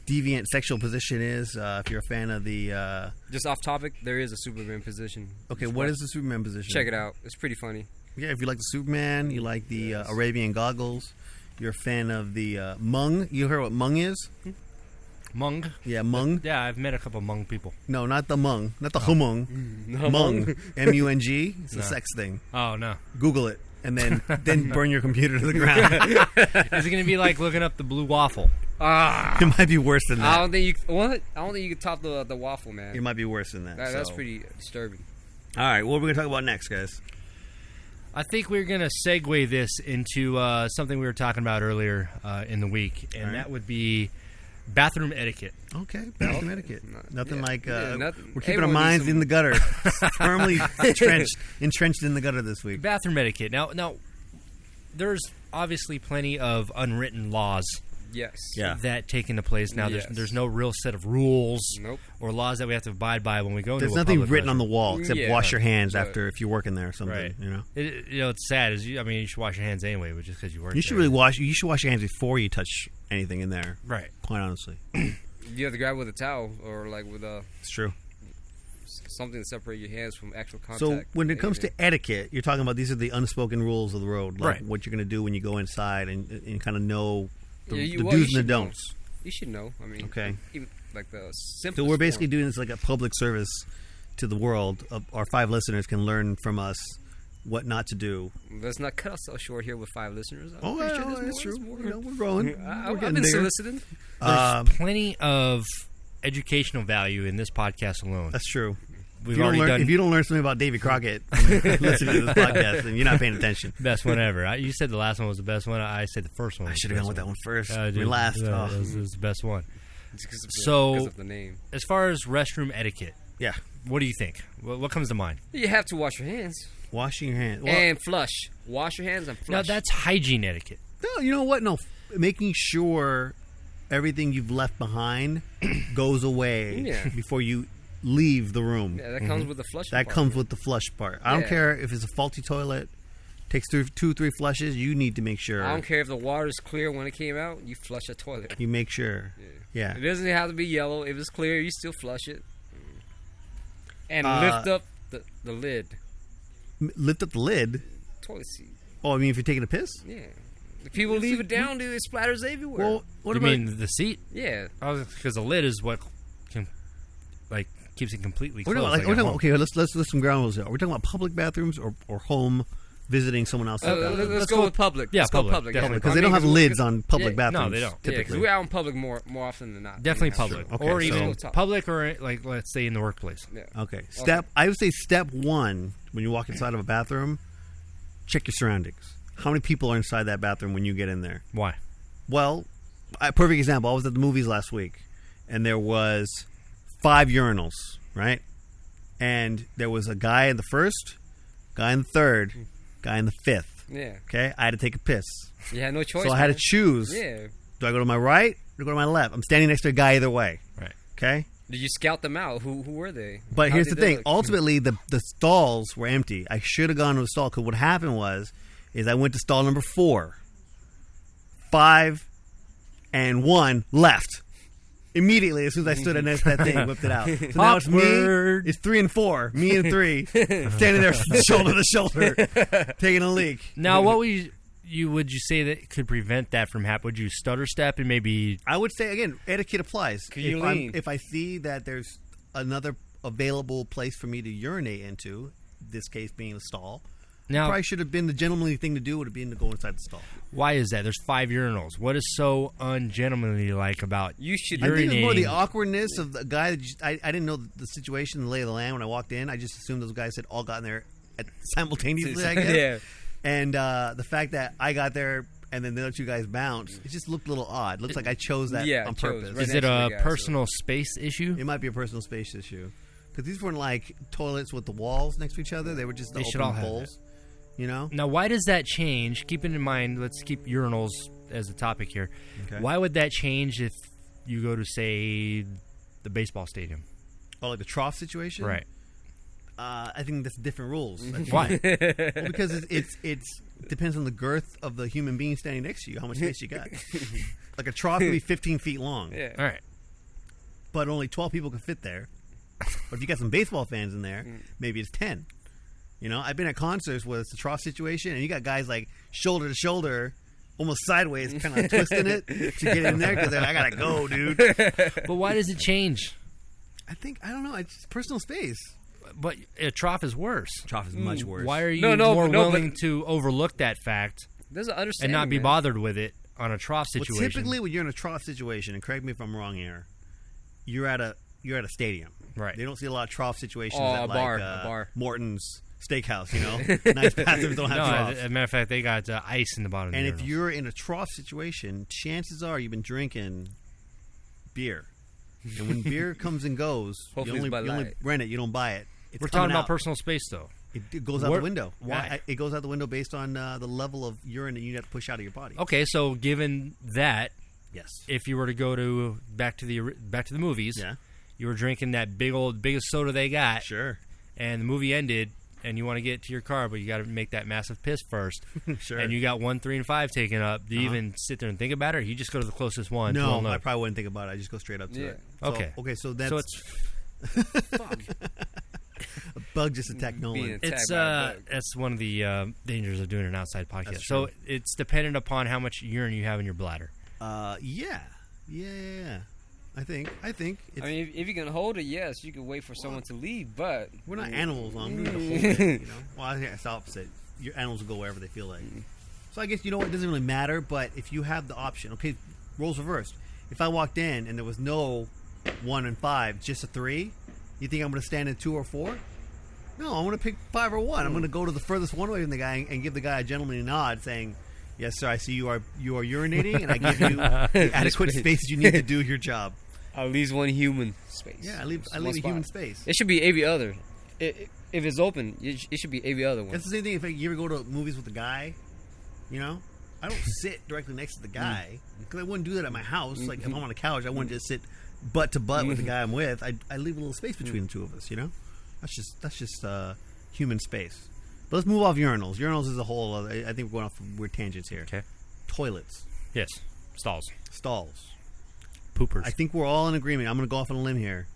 Speaker 4: deviant sexual position is. Uh, if you're a fan of the uh,
Speaker 5: Just off topic, there is a Superman position.
Speaker 4: okay, what is the Superman position?
Speaker 5: Check it out. It's pretty funny.
Speaker 4: Yeah, if you like the Superman, you like the uh, Arabian goggles. You're a fan of the uh, Hmong. You heard what Hmong is?
Speaker 3: Hmong.
Speaker 4: Yeah, Hmong.
Speaker 3: Yeah, I've met a couple Hmong people.
Speaker 4: No, not the Hmong. Not
Speaker 5: Oh.
Speaker 4: the Hmong. Hmong. M U N G. It's a sex thing.
Speaker 3: Oh no.
Speaker 4: Google it and then then burn your computer to the ground.
Speaker 3: Is it going to be like looking up the blue waffle?
Speaker 5: Ah,
Speaker 4: it might be worse than
Speaker 5: I
Speaker 4: that.
Speaker 5: don't think you. What? I don't think you could top the the waffle, man.
Speaker 4: It might be worse than that.
Speaker 5: That- That's
Speaker 4: so.
Speaker 5: pretty disturbing.
Speaker 4: All right, what are we gonna talk about next, guys?
Speaker 3: I think we're going to segue this into uh, something we were talking about earlier uh, in the week, and
Speaker 4: All right.
Speaker 3: that would be bathroom etiquette.
Speaker 4: Okay, bathroom etiquette. Nothing
Speaker 5: yeah,
Speaker 4: like uh,
Speaker 5: yeah, nothing-
Speaker 4: we're keeping
Speaker 5: everyone
Speaker 4: our minds
Speaker 5: needs some-
Speaker 4: in the gutter, firmly entrenched, entrenched in the gutter this week.
Speaker 3: Bathroom etiquette. Now, now, there's obviously plenty of unwritten laws
Speaker 5: Yes.
Speaker 4: Yeah.
Speaker 3: that take into place. Now,
Speaker 5: Yes.
Speaker 3: there's there's no real set of rules
Speaker 5: Nope.
Speaker 3: or laws that we have to abide by when we go.
Speaker 4: There's
Speaker 3: into a
Speaker 4: nothing
Speaker 3: public
Speaker 4: written
Speaker 3: restroom.
Speaker 4: on the wall except
Speaker 5: Yeah.
Speaker 4: wash your hands
Speaker 5: Right.
Speaker 4: after if you're working there or something.
Speaker 3: Right.
Speaker 4: You know,
Speaker 3: It- It, you know, it's sad. Is you, I mean, you should wash your hands anyway, but just because you work.
Speaker 4: you should
Speaker 3: there.
Speaker 4: really wash. You should wash your hands before you touch anything in there.
Speaker 3: Right.
Speaker 4: Quite honestly,
Speaker 5: You have to grab with a towel or like with a
Speaker 4: it's true.
Speaker 5: s- something to separate your hands from actual contact.
Speaker 4: So when it comes to
Speaker 5: Anything.
Speaker 4: etiquette, you're talking about these are the unspoken rules of the road, like
Speaker 3: Right.
Speaker 4: what you're going to do when you go inside and and kind of know the,
Speaker 5: Yeah, you-
Speaker 4: the
Speaker 5: well, you
Speaker 4: do's and
Speaker 5: should
Speaker 4: the
Speaker 5: know.
Speaker 4: don'ts.
Speaker 5: Eh, you should know. I mean,
Speaker 4: Okay.
Speaker 5: Even, like the simple.
Speaker 4: So we're basically doing this like a public service to the world. Uh, Our five listeners can learn from us what not to do.
Speaker 5: Let's not cut ourselves short here with five listeners. I'm
Speaker 4: Oh, yeah,
Speaker 5: pretty sure
Speaker 4: that's
Speaker 5: there's more,
Speaker 4: true.
Speaker 5: there's more.
Speaker 4: You know, we're growing.
Speaker 5: I,
Speaker 4: we're
Speaker 5: I've
Speaker 4: getting
Speaker 5: been
Speaker 4: there.
Speaker 5: soliciting.
Speaker 4: Um,
Speaker 3: plenty of educational value in this podcast alone.
Speaker 4: that's true.
Speaker 3: We've
Speaker 4: If you, don't
Speaker 3: already
Speaker 4: learn,
Speaker 3: done
Speaker 4: if you don't learn something about David Crockett, listen to this podcast, and you're not paying attention.
Speaker 3: best one ever. I, you said the last one was the best one. I said the first one.
Speaker 4: I
Speaker 3: was
Speaker 4: should
Speaker 3: the
Speaker 4: have
Speaker 3: best
Speaker 4: gone with that one first.
Speaker 3: Uh,
Speaker 4: we
Speaker 3: dude,
Speaker 4: last.
Speaker 3: yeah,
Speaker 4: oh.
Speaker 3: it was- it was the best one.
Speaker 5: It's 'cause of the-
Speaker 3: So-
Speaker 5: 'cause of the name,
Speaker 3: As far as restroom etiquette,
Speaker 4: Yeah,
Speaker 3: what do you think? What, what comes to mind?
Speaker 5: you have to wash your hands
Speaker 4: washing your hands. Well,
Speaker 5: and flush. Wash your hands and
Speaker 3: Now
Speaker 5: flush.
Speaker 3: that's hygiene etiquette.
Speaker 4: no, you know what? No, f- making sure everything you've left behind goes away
Speaker 5: Yeah.
Speaker 4: before you leave the room.
Speaker 5: yeah, that comes with the flush.
Speaker 4: That
Speaker 5: part.
Speaker 4: comes with the flush part. I don't
Speaker 5: Yeah.
Speaker 4: care if it's a faulty toilet. Takes three, two, three flushes. You need to make sure.
Speaker 5: I don't care if the water is clear when it came out. You flush a toilet.
Speaker 4: You make sure. Yeah.
Speaker 5: It doesn't have to be yellow. If it's clear, you still flush it. Mm. And
Speaker 4: Uh,
Speaker 5: lift up the, the lid.
Speaker 4: M- Lift up the lid.
Speaker 5: Toilet seat.
Speaker 4: Oh, I mean, if you're taking a piss.
Speaker 5: Yeah. If people leave it down, dude, it splatters everywhere.
Speaker 4: Well, what
Speaker 3: you
Speaker 4: about?
Speaker 3: mean the seat?
Speaker 5: yeah.
Speaker 3: Because Oh, the lid is what can, like keeps it completely
Speaker 4: what
Speaker 3: closed.
Speaker 4: about, like,
Speaker 3: like
Speaker 4: we're
Speaker 3: at
Speaker 4: talking about
Speaker 3: home.
Speaker 4: okay, let's let's list some ground rules. Here. Are we talking about public bathrooms or, or home visiting someone else's
Speaker 5: Uh,
Speaker 4: bathroom?
Speaker 5: let's,
Speaker 3: let's
Speaker 5: go,
Speaker 3: go-
Speaker 5: with public.
Speaker 3: yeah,
Speaker 5: let's
Speaker 3: public,
Speaker 5: go public. yeah.
Speaker 3: definitely,
Speaker 4: Because
Speaker 5: I
Speaker 4: they
Speaker 5: mean,
Speaker 4: don't have
Speaker 5: 'cause we-
Speaker 4: lids on public
Speaker 5: yeah,
Speaker 4: bathrooms.
Speaker 3: No, they don't.
Speaker 5: Yeah, because
Speaker 4: Typically.
Speaker 5: we're out in public more more often than not.
Speaker 3: Definitely
Speaker 5: Yeah.
Speaker 3: public,
Speaker 4: Okay,
Speaker 3: or
Speaker 4: so-
Speaker 3: even
Speaker 5: Still top.
Speaker 3: public, or like let's say in the workplace.
Speaker 5: Yeah.
Speaker 4: okay. Step. I would say step one when you walk inside of a bathroom, check your surroundings. How many people are inside that bathroom when you get in there?
Speaker 3: Why?
Speaker 4: Well, a perfect example. I was at the movies last week, and there was five urinals, right? And there was a guy in the first, guy in the third, guy in the fifth.
Speaker 5: Yeah.
Speaker 4: Okay, I had to take a piss,
Speaker 5: You had no choice.
Speaker 4: so I had to
Speaker 5: man.
Speaker 4: choose:
Speaker 5: Yeah.
Speaker 4: do I go to my right or go to my left? I'm standing next to a guy either way.
Speaker 3: Right.
Speaker 4: Okay,
Speaker 5: Did you scout them out? Who who were they?
Speaker 4: but
Speaker 5: How'd
Speaker 4: here's
Speaker 5: they
Speaker 4: the thing:
Speaker 5: look?
Speaker 4: ultimately, the the stalls were empty. I should have gone to the stall because what happened was, is I went to stall number four, five, and one left. Immediately, as soon as I stood next to that thing, whipped it out. So now it's
Speaker 3: Awkward.
Speaker 4: me. It's three and four. Me and three standing there, shoulder to shoulder, taking a leak.
Speaker 3: Now, what would you, you would you say that could prevent that from happening? Would you stutter step and maybe
Speaker 4: I would say again, etiquette applies.
Speaker 5: you
Speaker 4: if, I'm-
Speaker 5: lean?
Speaker 4: if I see that there's another available place for me to urinate into, this case being the stall,
Speaker 3: now?
Speaker 4: probably should have been the gentlemanly thing to do would have been to go inside the stall.
Speaker 3: Why is that? There's five urinals. What is so ungentlemanly like about
Speaker 5: You should.
Speaker 4: I think it was more the
Speaker 3: Urinating.
Speaker 4: awkwardness of the guy. That just, I, I didn't know the situation, the lay of the land when I walked in. I just assumed those guys had all gotten there at, simultaneously. I guess.
Speaker 5: Yeah.
Speaker 4: And uh, the fact that I got there and then the other two guys bounced, it just looked a little odd. Looks like I chose that
Speaker 5: Yeah,
Speaker 4: on
Speaker 5: chose,
Speaker 4: purpose.
Speaker 5: right
Speaker 3: Is it
Speaker 5: next to
Speaker 3: a
Speaker 5: the guy, so-
Speaker 3: personal space issue?
Speaker 4: It might be a personal space issue because these weren't like toilets with the walls next to each other. They were just the
Speaker 3: They
Speaker 4: open
Speaker 3: should all have
Speaker 4: holes. You know,
Speaker 3: Now, why does that change? Keeping in mind, let's keep urinals as a topic here.
Speaker 4: Okay.
Speaker 3: Why would that change if you go to say the baseball stadium?
Speaker 4: or like the trough situation.
Speaker 3: Right.
Speaker 4: Uh, I think that's different rules. I think.
Speaker 3: Why?
Speaker 4: well, because it's, it's it's depends on the girth of the human being standing next to you, how much space you got. like a trough would be 15 feet long.
Speaker 5: Yeah.
Speaker 3: All right.
Speaker 4: but only 12 people can fit there. But if you got some baseball fans in there, maybe it's 10. You know, I've been at concerts where it's a trough situation, and you got guys like shoulder to shoulder, almost sideways, kind of like twisting it to get in there because they're like, I gotta go, dude.
Speaker 3: But why does it change?
Speaker 4: I think I don't know. It's personal space.
Speaker 3: But a trough is worse.
Speaker 4: Trough is much worse.
Speaker 3: Why are you
Speaker 5: No, no,
Speaker 3: more
Speaker 5: but- no, but-
Speaker 3: willing to overlook that fact
Speaker 5: There's an
Speaker 3: and
Speaker 5: understanding
Speaker 3: not be
Speaker 5: man.
Speaker 3: bothered with it on a trough
Speaker 4: Well,
Speaker 3: situation?
Speaker 4: typically, when you're in a trough situation, and correct me if I'm wrong here, you're at a you're at a stadium.
Speaker 3: Right.
Speaker 4: They don't see a lot of trough situations
Speaker 5: Oh,
Speaker 4: at
Speaker 5: a
Speaker 4: like
Speaker 5: bar,
Speaker 4: uh,
Speaker 5: a bar.
Speaker 4: Morton's Steakhouse. You know, nice bathrooms don't have
Speaker 3: no,
Speaker 4: troughs.
Speaker 3: as a matter of fact, they got uh, ice in the bottom.
Speaker 4: and
Speaker 3: of the
Speaker 4: if you're in a trough situation, chances are you've been drinking beer. And when beer comes and goes, you
Speaker 5: Hopefully it's
Speaker 4: only,
Speaker 5: Bud
Speaker 4: you only
Speaker 5: Light.
Speaker 4: rent it. You don't buy it. It's
Speaker 3: we're
Speaker 4: coming
Speaker 3: talking about
Speaker 4: out.
Speaker 3: personal space, though.
Speaker 4: It, it goes out
Speaker 3: Where-
Speaker 4: the window.
Speaker 3: why?
Speaker 4: I- It goes out the window based on uh, the level of urine that you have to push out of your body.
Speaker 3: Okay, so given that,
Speaker 4: Yes.
Speaker 3: if you were to go to back to the ori- back to the movies,
Speaker 4: Yeah.
Speaker 3: you were drinking that big old biggest soda they got,
Speaker 4: Sure.
Speaker 3: and the movie ended, and you want to get to your car, but you got to make that massive piss first,
Speaker 4: Sure. Uh-huh.
Speaker 3: and you got one, three, and five taken up. Do you even sit there and think about it? Or you just go to the closest one.
Speaker 4: No,
Speaker 3: pull it
Speaker 4: I
Speaker 3: up?
Speaker 4: probably wouldn't think about it. I just go straight up to
Speaker 5: Yeah.
Speaker 4: it. So-
Speaker 3: Okay.
Speaker 4: Okay. So that's
Speaker 3: so it's
Speaker 4: a bug just attacked Nolan.
Speaker 5: Being
Speaker 3: it's
Speaker 5: by a
Speaker 3: uh
Speaker 5: bug.
Speaker 3: that's one of the uh, dangers of doing an outside podcast.
Speaker 4: That's
Speaker 3: So
Speaker 4: true.
Speaker 3: it's dependent upon how much urine you have in your bladder.
Speaker 4: Uh, yeah. yeah, yeah, yeah. I think. I think. It's,
Speaker 5: I mean, if, if you can hold it, yes, you can wait for someone to leave. But
Speaker 4: we're not animals. I'm doing the whole thing, you know? Well, I think it's the opposite. Your animals will go wherever they feel like. So I guess you know what? It doesn't really matter. But if you have the option, okay, roles reversed. If I walked in and there was no one and five, just a three, you think I'm going to stand in two or four? No, I'm going to pick five or one. I'm going to go to the furthest one away from the guy and, and give the guy a gentlemanly nod, saying, "Yes, sir. I see you are you are urinating, and I give you the adequate space you need to do your job."
Speaker 5: at least one human space.
Speaker 4: Yeah, I leave I
Speaker 5: One
Speaker 4: leave a
Speaker 5: spot.
Speaker 4: human space.
Speaker 5: It should be every other. I i if it's open, it, sh- it should be every other one.
Speaker 4: That's the same thing. If like, you ever go to movies with a guy, you know, I don't sit directly next to the guy because I wouldn't do that at my house. Like if I'm on a couch, I wouldn't just sit butt to butt with the guy I'm with. I I leave a little space between the two of us. You know, that's just that's just uh, human space. But let's move off urinals. Urinals is a whole. Other, I I think we're going off weird tangents here.
Speaker 3: Okay.
Speaker 4: Toilets,
Speaker 3: Yes, stalls,
Speaker 4: stalls.
Speaker 3: poopers.
Speaker 4: I think we're all in agreement. I'm going to go off on a limb here.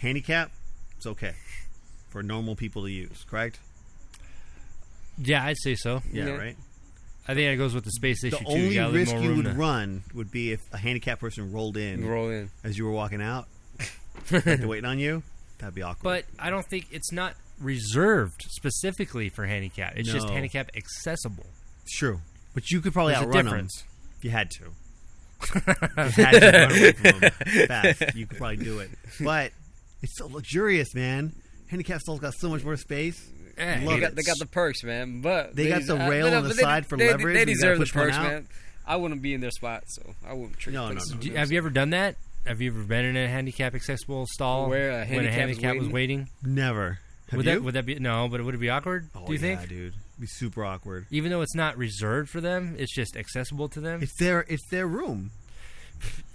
Speaker 4: Handicap, it's okay for normal people to use. Correct?
Speaker 3: yeah, I'd say so.
Speaker 4: Yeah.
Speaker 5: Yeah.
Speaker 4: Right.
Speaker 3: I think it goes with the space issue
Speaker 4: the
Speaker 3: too.
Speaker 4: only
Speaker 3: gotta leave
Speaker 4: risk
Speaker 3: more
Speaker 4: you
Speaker 3: room
Speaker 4: would
Speaker 3: to-
Speaker 4: run would be if a handicapped person rolled in
Speaker 5: Roll in.
Speaker 4: as you were walking out. like they're waiting on you. That'd be awkward.
Speaker 3: But I don't think it's not reserved specifically for handicap. It's just
Speaker 4: No.
Speaker 3: handicap accessible.
Speaker 4: it's true. But you could probably
Speaker 3: There's a
Speaker 4: outrun them.
Speaker 3: difference.
Speaker 4: You had to. you had to run away from 'em fast. You could probably do it. But it's so luxurious, man. Handicapped stalls got so much more space.
Speaker 3: Eh,
Speaker 4: Love
Speaker 5: They got,
Speaker 4: it.
Speaker 5: they got the perks, man. But
Speaker 4: They got the
Speaker 5: des- I-
Speaker 4: rail
Speaker 5: but no,
Speaker 4: on the
Speaker 5: but they-
Speaker 4: side for
Speaker 5: they,
Speaker 4: leverage,
Speaker 5: They
Speaker 4: and you gotta
Speaker 5: deserve the
Speaker 4: push one
Speaker 5: perks,
Speaker 4: out.
Speaker 5: man. I wouldn't be in their spot, so I wouldn't trade
Speaker 4: No, no,
Speaker 5: places
Speaker 4: no,
Speaker 5: with
Speaker 3: Do you-
Speaker 5: them.
Speaker 3: have you ever done that? Have you ever been in a handicap accessible stall
Speaker 5: Where a
Speaker 3: when a
Speaker 5: handicap is
Speaker 3: handicap was waiting?
Speaker 4: Never. Have
Speaker 3: would
Speaker 4: you?
Speaker 3: that would that be no? But would it be awkward?
Speaker 4: oh,
Speaker 3: do you
Speaker 4: yeah,
Speaker 3: think?
Speaker 4: dude? It'd be super awkward.
Speaker 3: Even though it's not reserved for them, it's just accessible to them.
Speaker 4: It's their it's their room.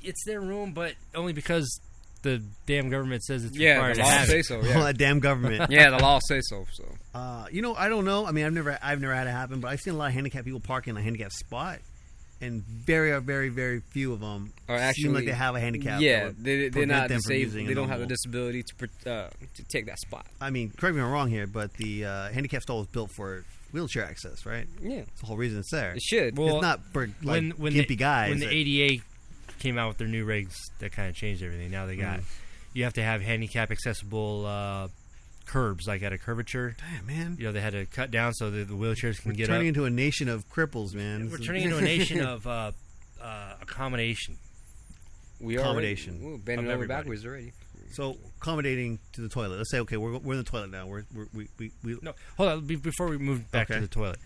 Speaker 3: It's their room, but only because the damn government says it's
Speaker 5: Yeah,
Speaker 3: required
Speaker 5: the
Speaker 3: to
Speaker 5: law
Speaker 3: have
Speaker 5: say
Speaker 3: it.
Speaker 5: so.
Speaker 4: All
Speaker 5: Oh, Yeah.
Speaker 4: that damn government.
Speaker 5: yeah, the law say so. So
Speaker 4: Uh, you know, I don't know. I mean, I've never, I've never had it happen, but I've seen a lot of handicapped people park in a handicapped spot, and very, very, very few of them seem
Speaker 5: Are
Speaker 4: like
Speaker 5: actually-
Speaker 4: they have a handicap. that
Speaker 5: yeah,
Speaker 4: would
Speaker 5: they, they're
Speaker 4: prevent
Speaker 5: not
Speaker 4: them from
Speaker 5: disabled.
Speaker 4: using a
Speaker 5: They don't have the
Speaker 4: normal-
Speaker 5: disability to pr- uh, to take that spot.
Speaker 4: I mean, correct me if I'm wrong here, but the uh, handicap stall was built for wheelchair access, right?
Speaker 5: Yeah,
Speaker 4: That's the whole reason it's there.
Speaker 5: it should.
Speaker 3: Well,
Speaker 4: it's not for like
Speaker 3: when when
Speaker 4: gimpy
Speaker 3: the,
Speaker 4: guys.
Speaker 3: when the
Speaker 4: that-
Speaker 3: ADA came out with their new regs that kind of changed everything. Now they
Speaker 4: Mm-hmm.
Speaker 3: got you have to have handicap accessible uh, curbs like at a curvature.
Speaker 4: Damn, man,
Speaker 3: You know they had to cut down so that the wheelchairs can
Speaker 4: we're
Speaker 3: get
Speaker 4: turning
Speaker 3: up.
Speaker 4: into a nation of cripples, man.
Speaker 3: We're
Speaker 4: This is-
Speaker 3: turning into a nation of uh, uh, accommodation.
Speaker 5: we
Speaker 4: accommodation
Speaker 5: Already, we're
Speaker 3: of
Speaker 5: bending over
Speaker 3: everybody.
Speaker 5: backwards already.
Speaker 4: so accommodating to the toilet. Let's say, okay, we're, we're in the toilet now. We're, we're we we, we
Speaker 3: No, hold on. Be- before we move back
Speaker 4: Okay.
Speaker 3: to the toilet,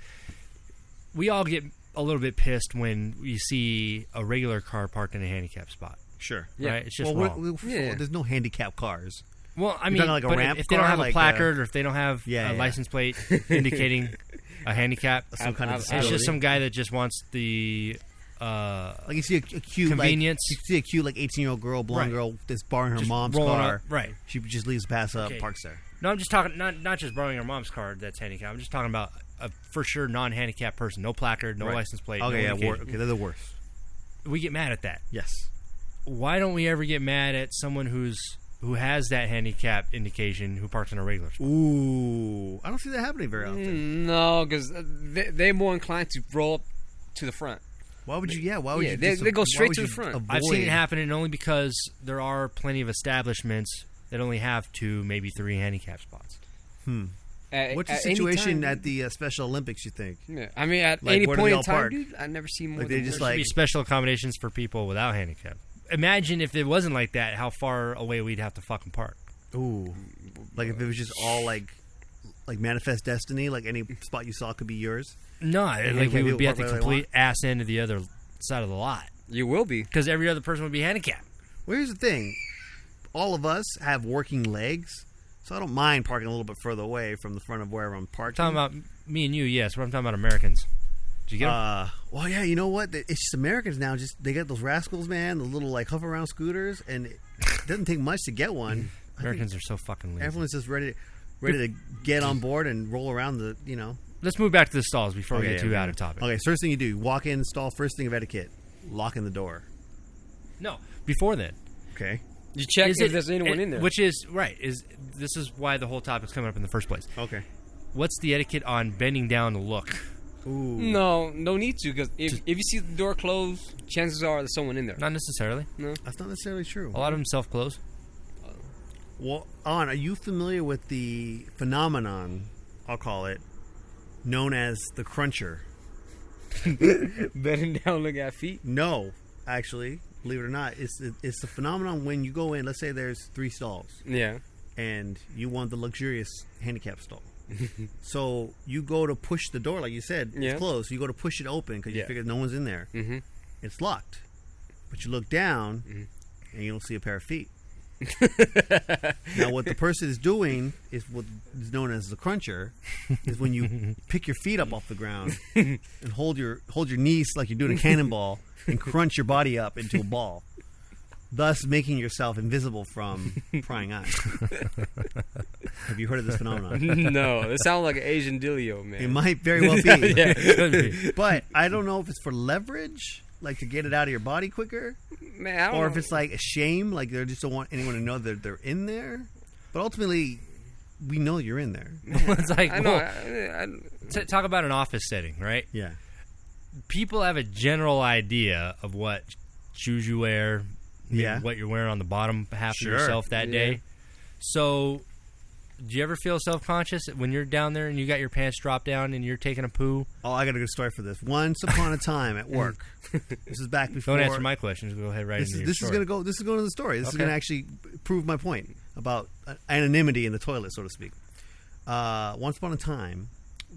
Speaker 3: we all get a little bit pissed when you see a regular car parked in a handicap spot.
Speaker 4: sure.
Speaker 5: Yeah.
Speaker 3: Right? It's just
Speaker 4: well,
Speaker 3: wrong.
Speaker 4: we're- we're-
Speaker 5: Yeah.
Speaker 4: there's no handicap cars.
Speaker 3: well, I
Speaker 4: you're
Speaker 3: mean,
Speaker 4: talking like a
Speaker 3: but
Speaker 4: ramp
Speaker 3: if, if they don't
Speaker 4: car,
Speaker 3: have
Speaker 4: like,
Speaker 3: a
Speaker 4: uh,
Speaker 3: placard or if they don't have
Speaker 4: Yeah,
Speaker 3: a
Speaker 4: yeah.
Speaker 3: license plate indicating a handicap,
Speaker 4: Some kind of
Speaker 5: I've- I've-
Speaker 3: it's just
Speaker 4: disability.
Speaker 3: some guy that just wants the. Uh,
Speaker 4: Like you see a, a cute
Speaker 3: Convenience.
Speaker 4: Like, you see a cute like eighteen year old girl, blonde
Speaker 3: Right.
Speaker 4: girl, that's borrowing her
Speaker 3: Just
Speaker 4: mom's
Speaker 3: rolling
Speaker 4: car.
Speaker 3: up- right.
Speaker 4: She just leaves pass up,
Speaker 3: Okay.
Speaker 4: parks there.
Speaker 3: no, I'm just talking not not just borrowing your mom's card that's handicapped. I'm just talking about a for sure non-handicapped person, no placard, no
Speaker 4: Right.
Speaker 3: license plate. no
Speaker 4: Okay, yeah, wor-
Speaker 3: indication.
Speaker 4: okay, they're the worst.
Speaker 3: we get mad at that.
Speaker 4: Yes.
Speaker 3: why don't we ever get mad at someone who's who has that handicap indication who parks in a regular spot?
Speaker 4: Ooh, I don't see that happening very
Speaker 5: Mm.
Speaker 4: often.
Speaker 5: No, because they, they're more inclined to roll up to the front.
Speaker 4: Why would you? Yeah, why would
Speaker 5: Yeah,
Speaker 4: you?
Speaker 5: they-
Speaker 4: dis-
Speaker 5: they go
Speaker 4: why
Speaker 5: straight
Speaker 4: would
Speaker 5: to
Speaker 4: you
Speaker 5: the front.
Speaker 4: avoid-
Speaker 3: I've seen it happen, and only because there are plenty of establishments that only have two, maybe three handicap spots.
Speaker 5: At,
Speaker 4: What's the
Speaker 5: at any
Speaker 4: situation
Speaker 5: time,
Speaker 4: at the uh, Special Olympics? You think?
Speaker 5: Yeah, I mean, at
Speaker 4: Like,
Speaker 5: any
Speaker 4: where do they
Speaker 5: point in
Speaker 4: all
Speaker 5: time,
Speaker 4: park?
Speaker 5: dude, I never see more.
Speaker 4: Like,
Speaker 5: than
Speaker 4: they just
Speaker 5: one.
Speaker 4: like-
Speaker 3: Should be special accommodations for people without handicap. Imagine if it wasn't like that, how far away we'd have to fucking park.
Speaker 4: Ooh, like if it was just all like, like manifest destiny. Like any spot you saw could be yours.
Speaker 3: No, like we
Speaker 4: people
Speaker 3: would be at
Speaker 4: park
Speaker 3: the
Speaker 4: where they
Speaker 3: complete ass end of the other side of the lot
Speaker 5: you will be.
Speaker 3: because every other person would be handicapped.
Speaker 4: Well, here's the thing: all of us have working legs, so I don't mind parking a little bit further away from the front of wherever I'm parking.
Speaker 3: Talking about me and you, yes, but I'm talking about Americans. Did you get 'em?
Speaker 4: Uh, well, yeah, you know what? It's just Americans now. Just they got those rascals, man. Those little like hover around scooters, and it doesn't take much to get one. I think
Speaker 3: Americans are so fucking lazy.
Speaker 4: Everyone's just ready, ready to get on board and roll around the, you know.
Speaker 3: Let's move back to the stalls before we
Speaker 4: Okay,
Speaker 3: get too
Speaker 4: yeah,
Speaker 3: out of topic.
Speaker 4: Okay, so first thing you do, you walk in, stall. First thing of etiquette, locking the door.
Speaker 3: No, before then,
Speaker 4: Okay.
Speaker 5: You check
Speaker 3: Is
Speaker 5: if
Speaker 3: it-
Speaker 5: there's anyone
Speaker 3: it-
Speaker 5: in there.
Speaker 3: Which is right. Is this is why the whole topic's coming up in the first place?
Speaker 4: Okay.
Speaker 3: What's the etiquette on bending down to look?
Speaker 4: Ooh.
Speaker 5: no, no need to because if, if you see the door closed, chances are there's someone in there.
Speaker 3: Not necessarily.
Speaker 4: That's not necessarily true.
Speaker 3: A lot of them self close.
Speaker 4: Well, on are you familiar with the phenomenon? I'll call it known as the cruncher.
Speaker 5: Bending down, look at feet.
Speaker 4: No, actually, believe it or not, it's it's the phenomenon when you go in. Let's say there's three stalls,
Speaker 5: Yeah,
Speaker 4: and you want the luxurious handicap stall. so you go to push the door, like you said,
Speaker 5: Yeah.
Speaker 4: it's closed. So you go to push it open because
Speaker 5: Yeah.
Speaker 4: you figure no one's in there. Mm-hmm. It's locked, but you look down
Speaker 5: Mm-hmm.
Speaker 4: and you don't see a pair of feet. now, what the person is doing is what is known as the cruncher, is when you pick your feet up off the ground and hold your hold your knees like you're doing a cannonball and crunch your body up into a ball, thus making yourself invisible from prying eyes. Have you heard of this phenomenon?
Speaker 5: no, it sounds like an Asian dealio, man.
Speaker 4: It might very well be,
Speaker 3: yeah.
Speaker 4: but I don't know if it's for leverage, like to get it out of your body quicker,
Speaker 5: man, I don't
Speaker 4: or
Speaker 5: know.
Speaker 4: if it's like a shame, like they just don't want anyone to know that they're in there. But ultimately, we know you're in there.
Speaker 3: it's like
Speaker 5: I know.
Speaker 3: well,
Speaker 5: I, I,
Speaker 3: t- talk about an office setting, right?
Speaker 4: Yeah.
Speaker 3: People have a general idea of what shoes you wear, maybe
Speaker 4: Yeah.
Speaker 3: what you're wearing on the bottom half
Speaker 4: Sure.
Speaker 3: of yourself that
Speaker 5: Yeah.
Speaker 3: day. So, do you ever feel self conscious when you're down there and you got your pants dropped down and you're taking a poo?
Speaker 4: Oh, I got a good story for this. Once upon a time at work, this is back before.
Speaker 3: Don't answer my questions. Go ahead right
Speaker 4: This
Speaker 3: into
Speaker 4: is
Speaker 3: your
Speaker 4: this is
Speaker 3: story.
Speaker 4: gonna go. This is going to the story. This is
Speaker 3: Okay.
Speaker 4: going to actually prove my point about uh, anonymity in the toilet, so to speak. Uh, once upon a time,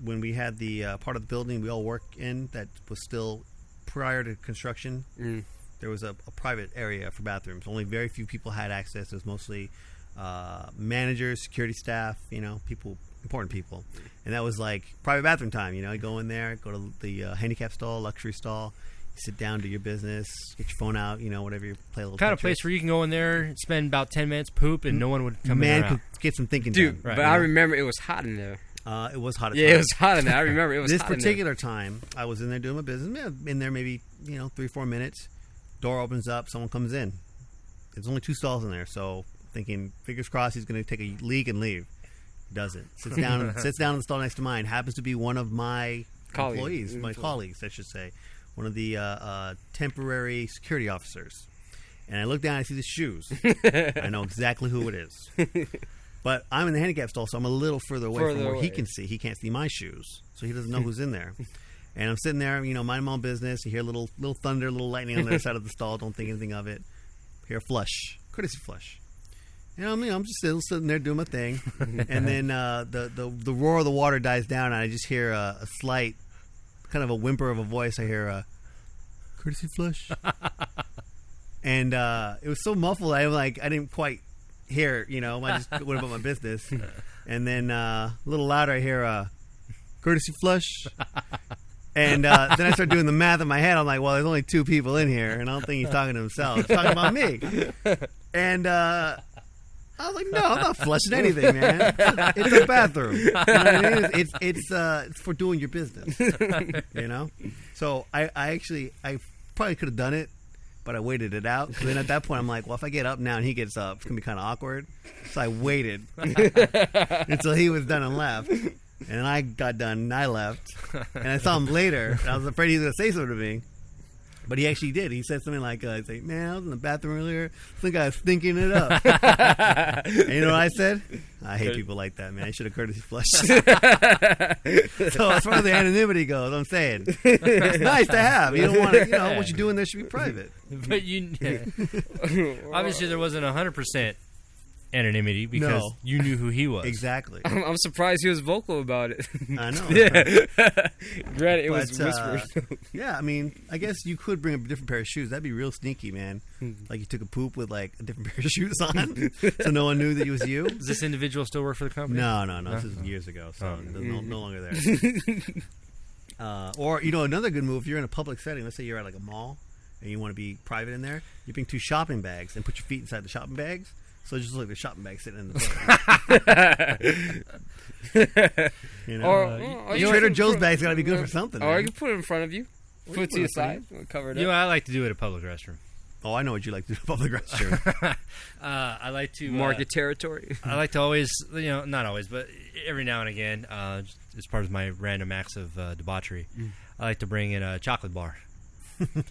Speaker 4: when we had the uh, part of the building we all work in that was still prior to construction,
Speaker 5: Mm.
Speaker 4: there was a, a private area for bathrooms. Only very few people had access. It was mostly uh, managers, security staff, you know, people, important people. And that was like private bathroom time. You know, you go in there, go to the uh, handicap stall, luxury stall, you sit down, do your business, get your phone out, you know, whatever you play a little
Speaker 3: kind of
Speaker 4: Tetris.
Speaker 3: place where you can go in there, spend about ten minutes, poop, and no one would come in.
Speaker 4: man
Speaker 3: or
Speaker 4: could
Speaker 3: out.
Speaker 4: get some thinking
Speaker 5: dude,
Speaker 4: done.
Speaker 5: but I remember it was hot in there.
Speaker 4: uh, it was hot. At
Speaker 5: Yeah,
Speaker 4: times.
Speaker 5: it was hot in there. I remember it was
Speaker 4: this
Speaker 5: hot in there.
Speaker 4: particular time, I was in there doing my business. yeah, In there, maybe you know, three four minutes. Door opens up. Someone comes in. There's only two stalls in there, so thinking, fingers crossed, he's going to take a leak and leave. Doesn't sits down sits down in the stall next to mine. Happens to be one of my
Speaker 5: Colleague.
Speaker 4: employees, my
Speaker 5: Employee.
Speaker 4: colleagues, I should say, one of the uh, uh, temporary security officers. And I look down, I see the shoes. I know exactly who it is. But I'm in the handicap stall, so I'm a little further away
Speaker 5: Further
Speaker 4: from where
Speaker 5: away.
Speaker 4: he can see. He can't see my shoes, so he doesn't know who's in there. And I'm sitting there, you know, minding my own business. You hear little little thunder, little lightning on the other side of the stall. Don't think anything of it. Hear a flush, courtesy flush. And I'm, you know, I'm just still sitting there doing my thing. and then uh, the, the the roar of the water dies down, and I just hear a, a slight, kind of a whimper of a voice. I hear a courtesy flush. and uh, it was so muffled. I like I didn't quite hear. You know, I just went about my business. And then uh, a little louder, I hear a courtesy flush. And uh, then I start doing the math in my head. I'm like, well, there's only two people in here, and I don't think he's talking to himself. He's talking about me. And uh, I was like, no, I'm not flushing anything, man. It's a bathroom. You know what I mean? It's it's, it's, uh, it's for doing your business. You know. So I, I actually I probably could have done it, but I waited it out. So then at that point, I'm like, well, if I get up now and he gets up, it's gonna be kind of awkward. So I waited until he was done and left, and then I got done and I left, and I saw him later. And I was afraid he was gonna say something to me. But he actually did. He said something like, uh, "He's like, man, I was in the bathroom earlier. Some guy's thinking it up." and you know what I said? I hate people like that, man. I should have courtesy flushed. so as far as the anonymity goes, I'm saying it's nice to have. You don't want to, you know, what you do in there should be private.
Speaker 3: But you obviously there wasn't hundred percent anonymity because
Speaker 4: No.
Speaker 3: you knew who he was.
Speaker 4: Exactly.
Speaker 5: I'm, I'm surprised he was vocal about it.
Speaker 4: I know.
Speaker 5: yeah. Granted, it was
Speaker 4: But, uh,
Speaker 5: whispered.
Speaker 4: yeah, I mean, I guess you could bring a different pair of shoes. That'd be real sneaky, man.
Speaker 5: Hmm.
Speaker 4: Like you took a poop with like a different pair of shoes on, so no one knew that it was you.
Speaker 3: Does this individual still work for the company?
Speaker 4: No, no, no. This
Speaker 5: Uh-huh.
Speaker 4: is years ago, so
Speaker 5: Oh,
Speaker 4: it's no, no longer there. uh, or you know, another good move. If you're in a public setting, let's say you're at like a mall and you want to be private in there, you bring two shopping bags and put your feet inside the shopping bags. So it just look like the shopping bag sitting in the. front. you know,
Speaker 5: Or,
Speaker 4: uh,
Speaker 5: mm,
Speaker 4: you-
Speaker 5: or
Speaker 4: your
Speaker 5: you
Speaker 4: Trader
Speaker 5: can
Speaker 4: Joe's
Speaker 5: put-
Speaker 4: bag's got to be good for something.
Speaker 5: Or
Speaker 4: man.
Speaker 5: you can put it in front of you,
Speaker 4: can
Speaker 5: put it
Speaker 4: put
Speaker 5: to
Speaker 4: it
Speaker 5: your
Speaker 4: in front
Speaker 5: side, cover it
Speaker 3: You know,
Speaker 5: up.
Speaker 3: I like to do it at a public restroom.
Speaker 4: Oh, I know what you like to do in a public restroom.
Speaker 3: uh, I like to uh,
Speaker 5: Market territory.
Speaker 3: I like to always, you know, not always, but every now and again, uh, just as part of my random acts of uh, debauchery, I like to bring in a chocolate bar.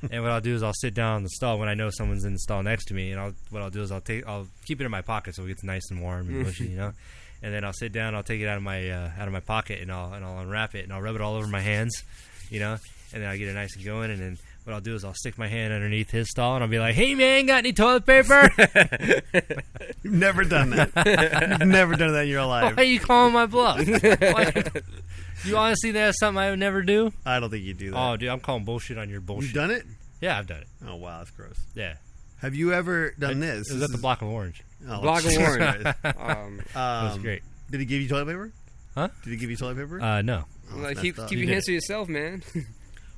Speaker 3: and what I'll do is I'll sit down in the stall when I know someone's in the stall next to me, and I'll what I'll do is I'll take I'll keep it in my pocket so it gets nice and warm and mushy, you know. And then I'll sit down, I'll take it out of my uh, out of my pocket, and I'll and I'll unwrap it, and I'll rub it all over my hands, you know. And then I will get it nice and going, and then what I'll do is I'll stick my hand underneath his stall, and I'll be like, "Hey man, got any toilet paper?
Speaker 4: You've never done that. You've never done that in your life.
Speaker 3: Why are you calling my bluff? Why- you honestly think that's something I would never do?
Speaker 4: I don't think you do that.
Speaker 3: Oh, dude, I'm calling bullshit on your
Speaker 4: You've
Speaker 3: bullshit.
Speaker 4: done it?
Speaker 3: Yeah, I've done it.
Speaker 4: Oh wow, that's gross.
Speaker 3: Yeah.
Speaker 4: Have you ever done this?
Speaker 3: It was
Speaker 4: This
Speaker 3: at the
Speaker 4: is-
Speaker 3: Block of Orange.
Speaker 4: Oh,
Speaker 5: Block of
Speaker 4: Jesus
Speaker 5: Warren.
Speaker 4: Christ.
Speaker 5: um,
Speaker 4: Um,
Speaker 3: That was great.
Speaker 4: Did he give you toilet paper?
Speaker 3: Huh?
Speaker 4: Did he give you toilet paper?
Speaker 3: Uh, no.
Speaker 5: like
Speaker 4: that's
Speaker 5: keep,
Speaker 4: tough.
Speaker 5: keep
Speaker 3: You
Speaker 5: your
Speaker 3: did
Speaker 5: hands
Speaker 3: it.
Speaker 5: to yourself, man.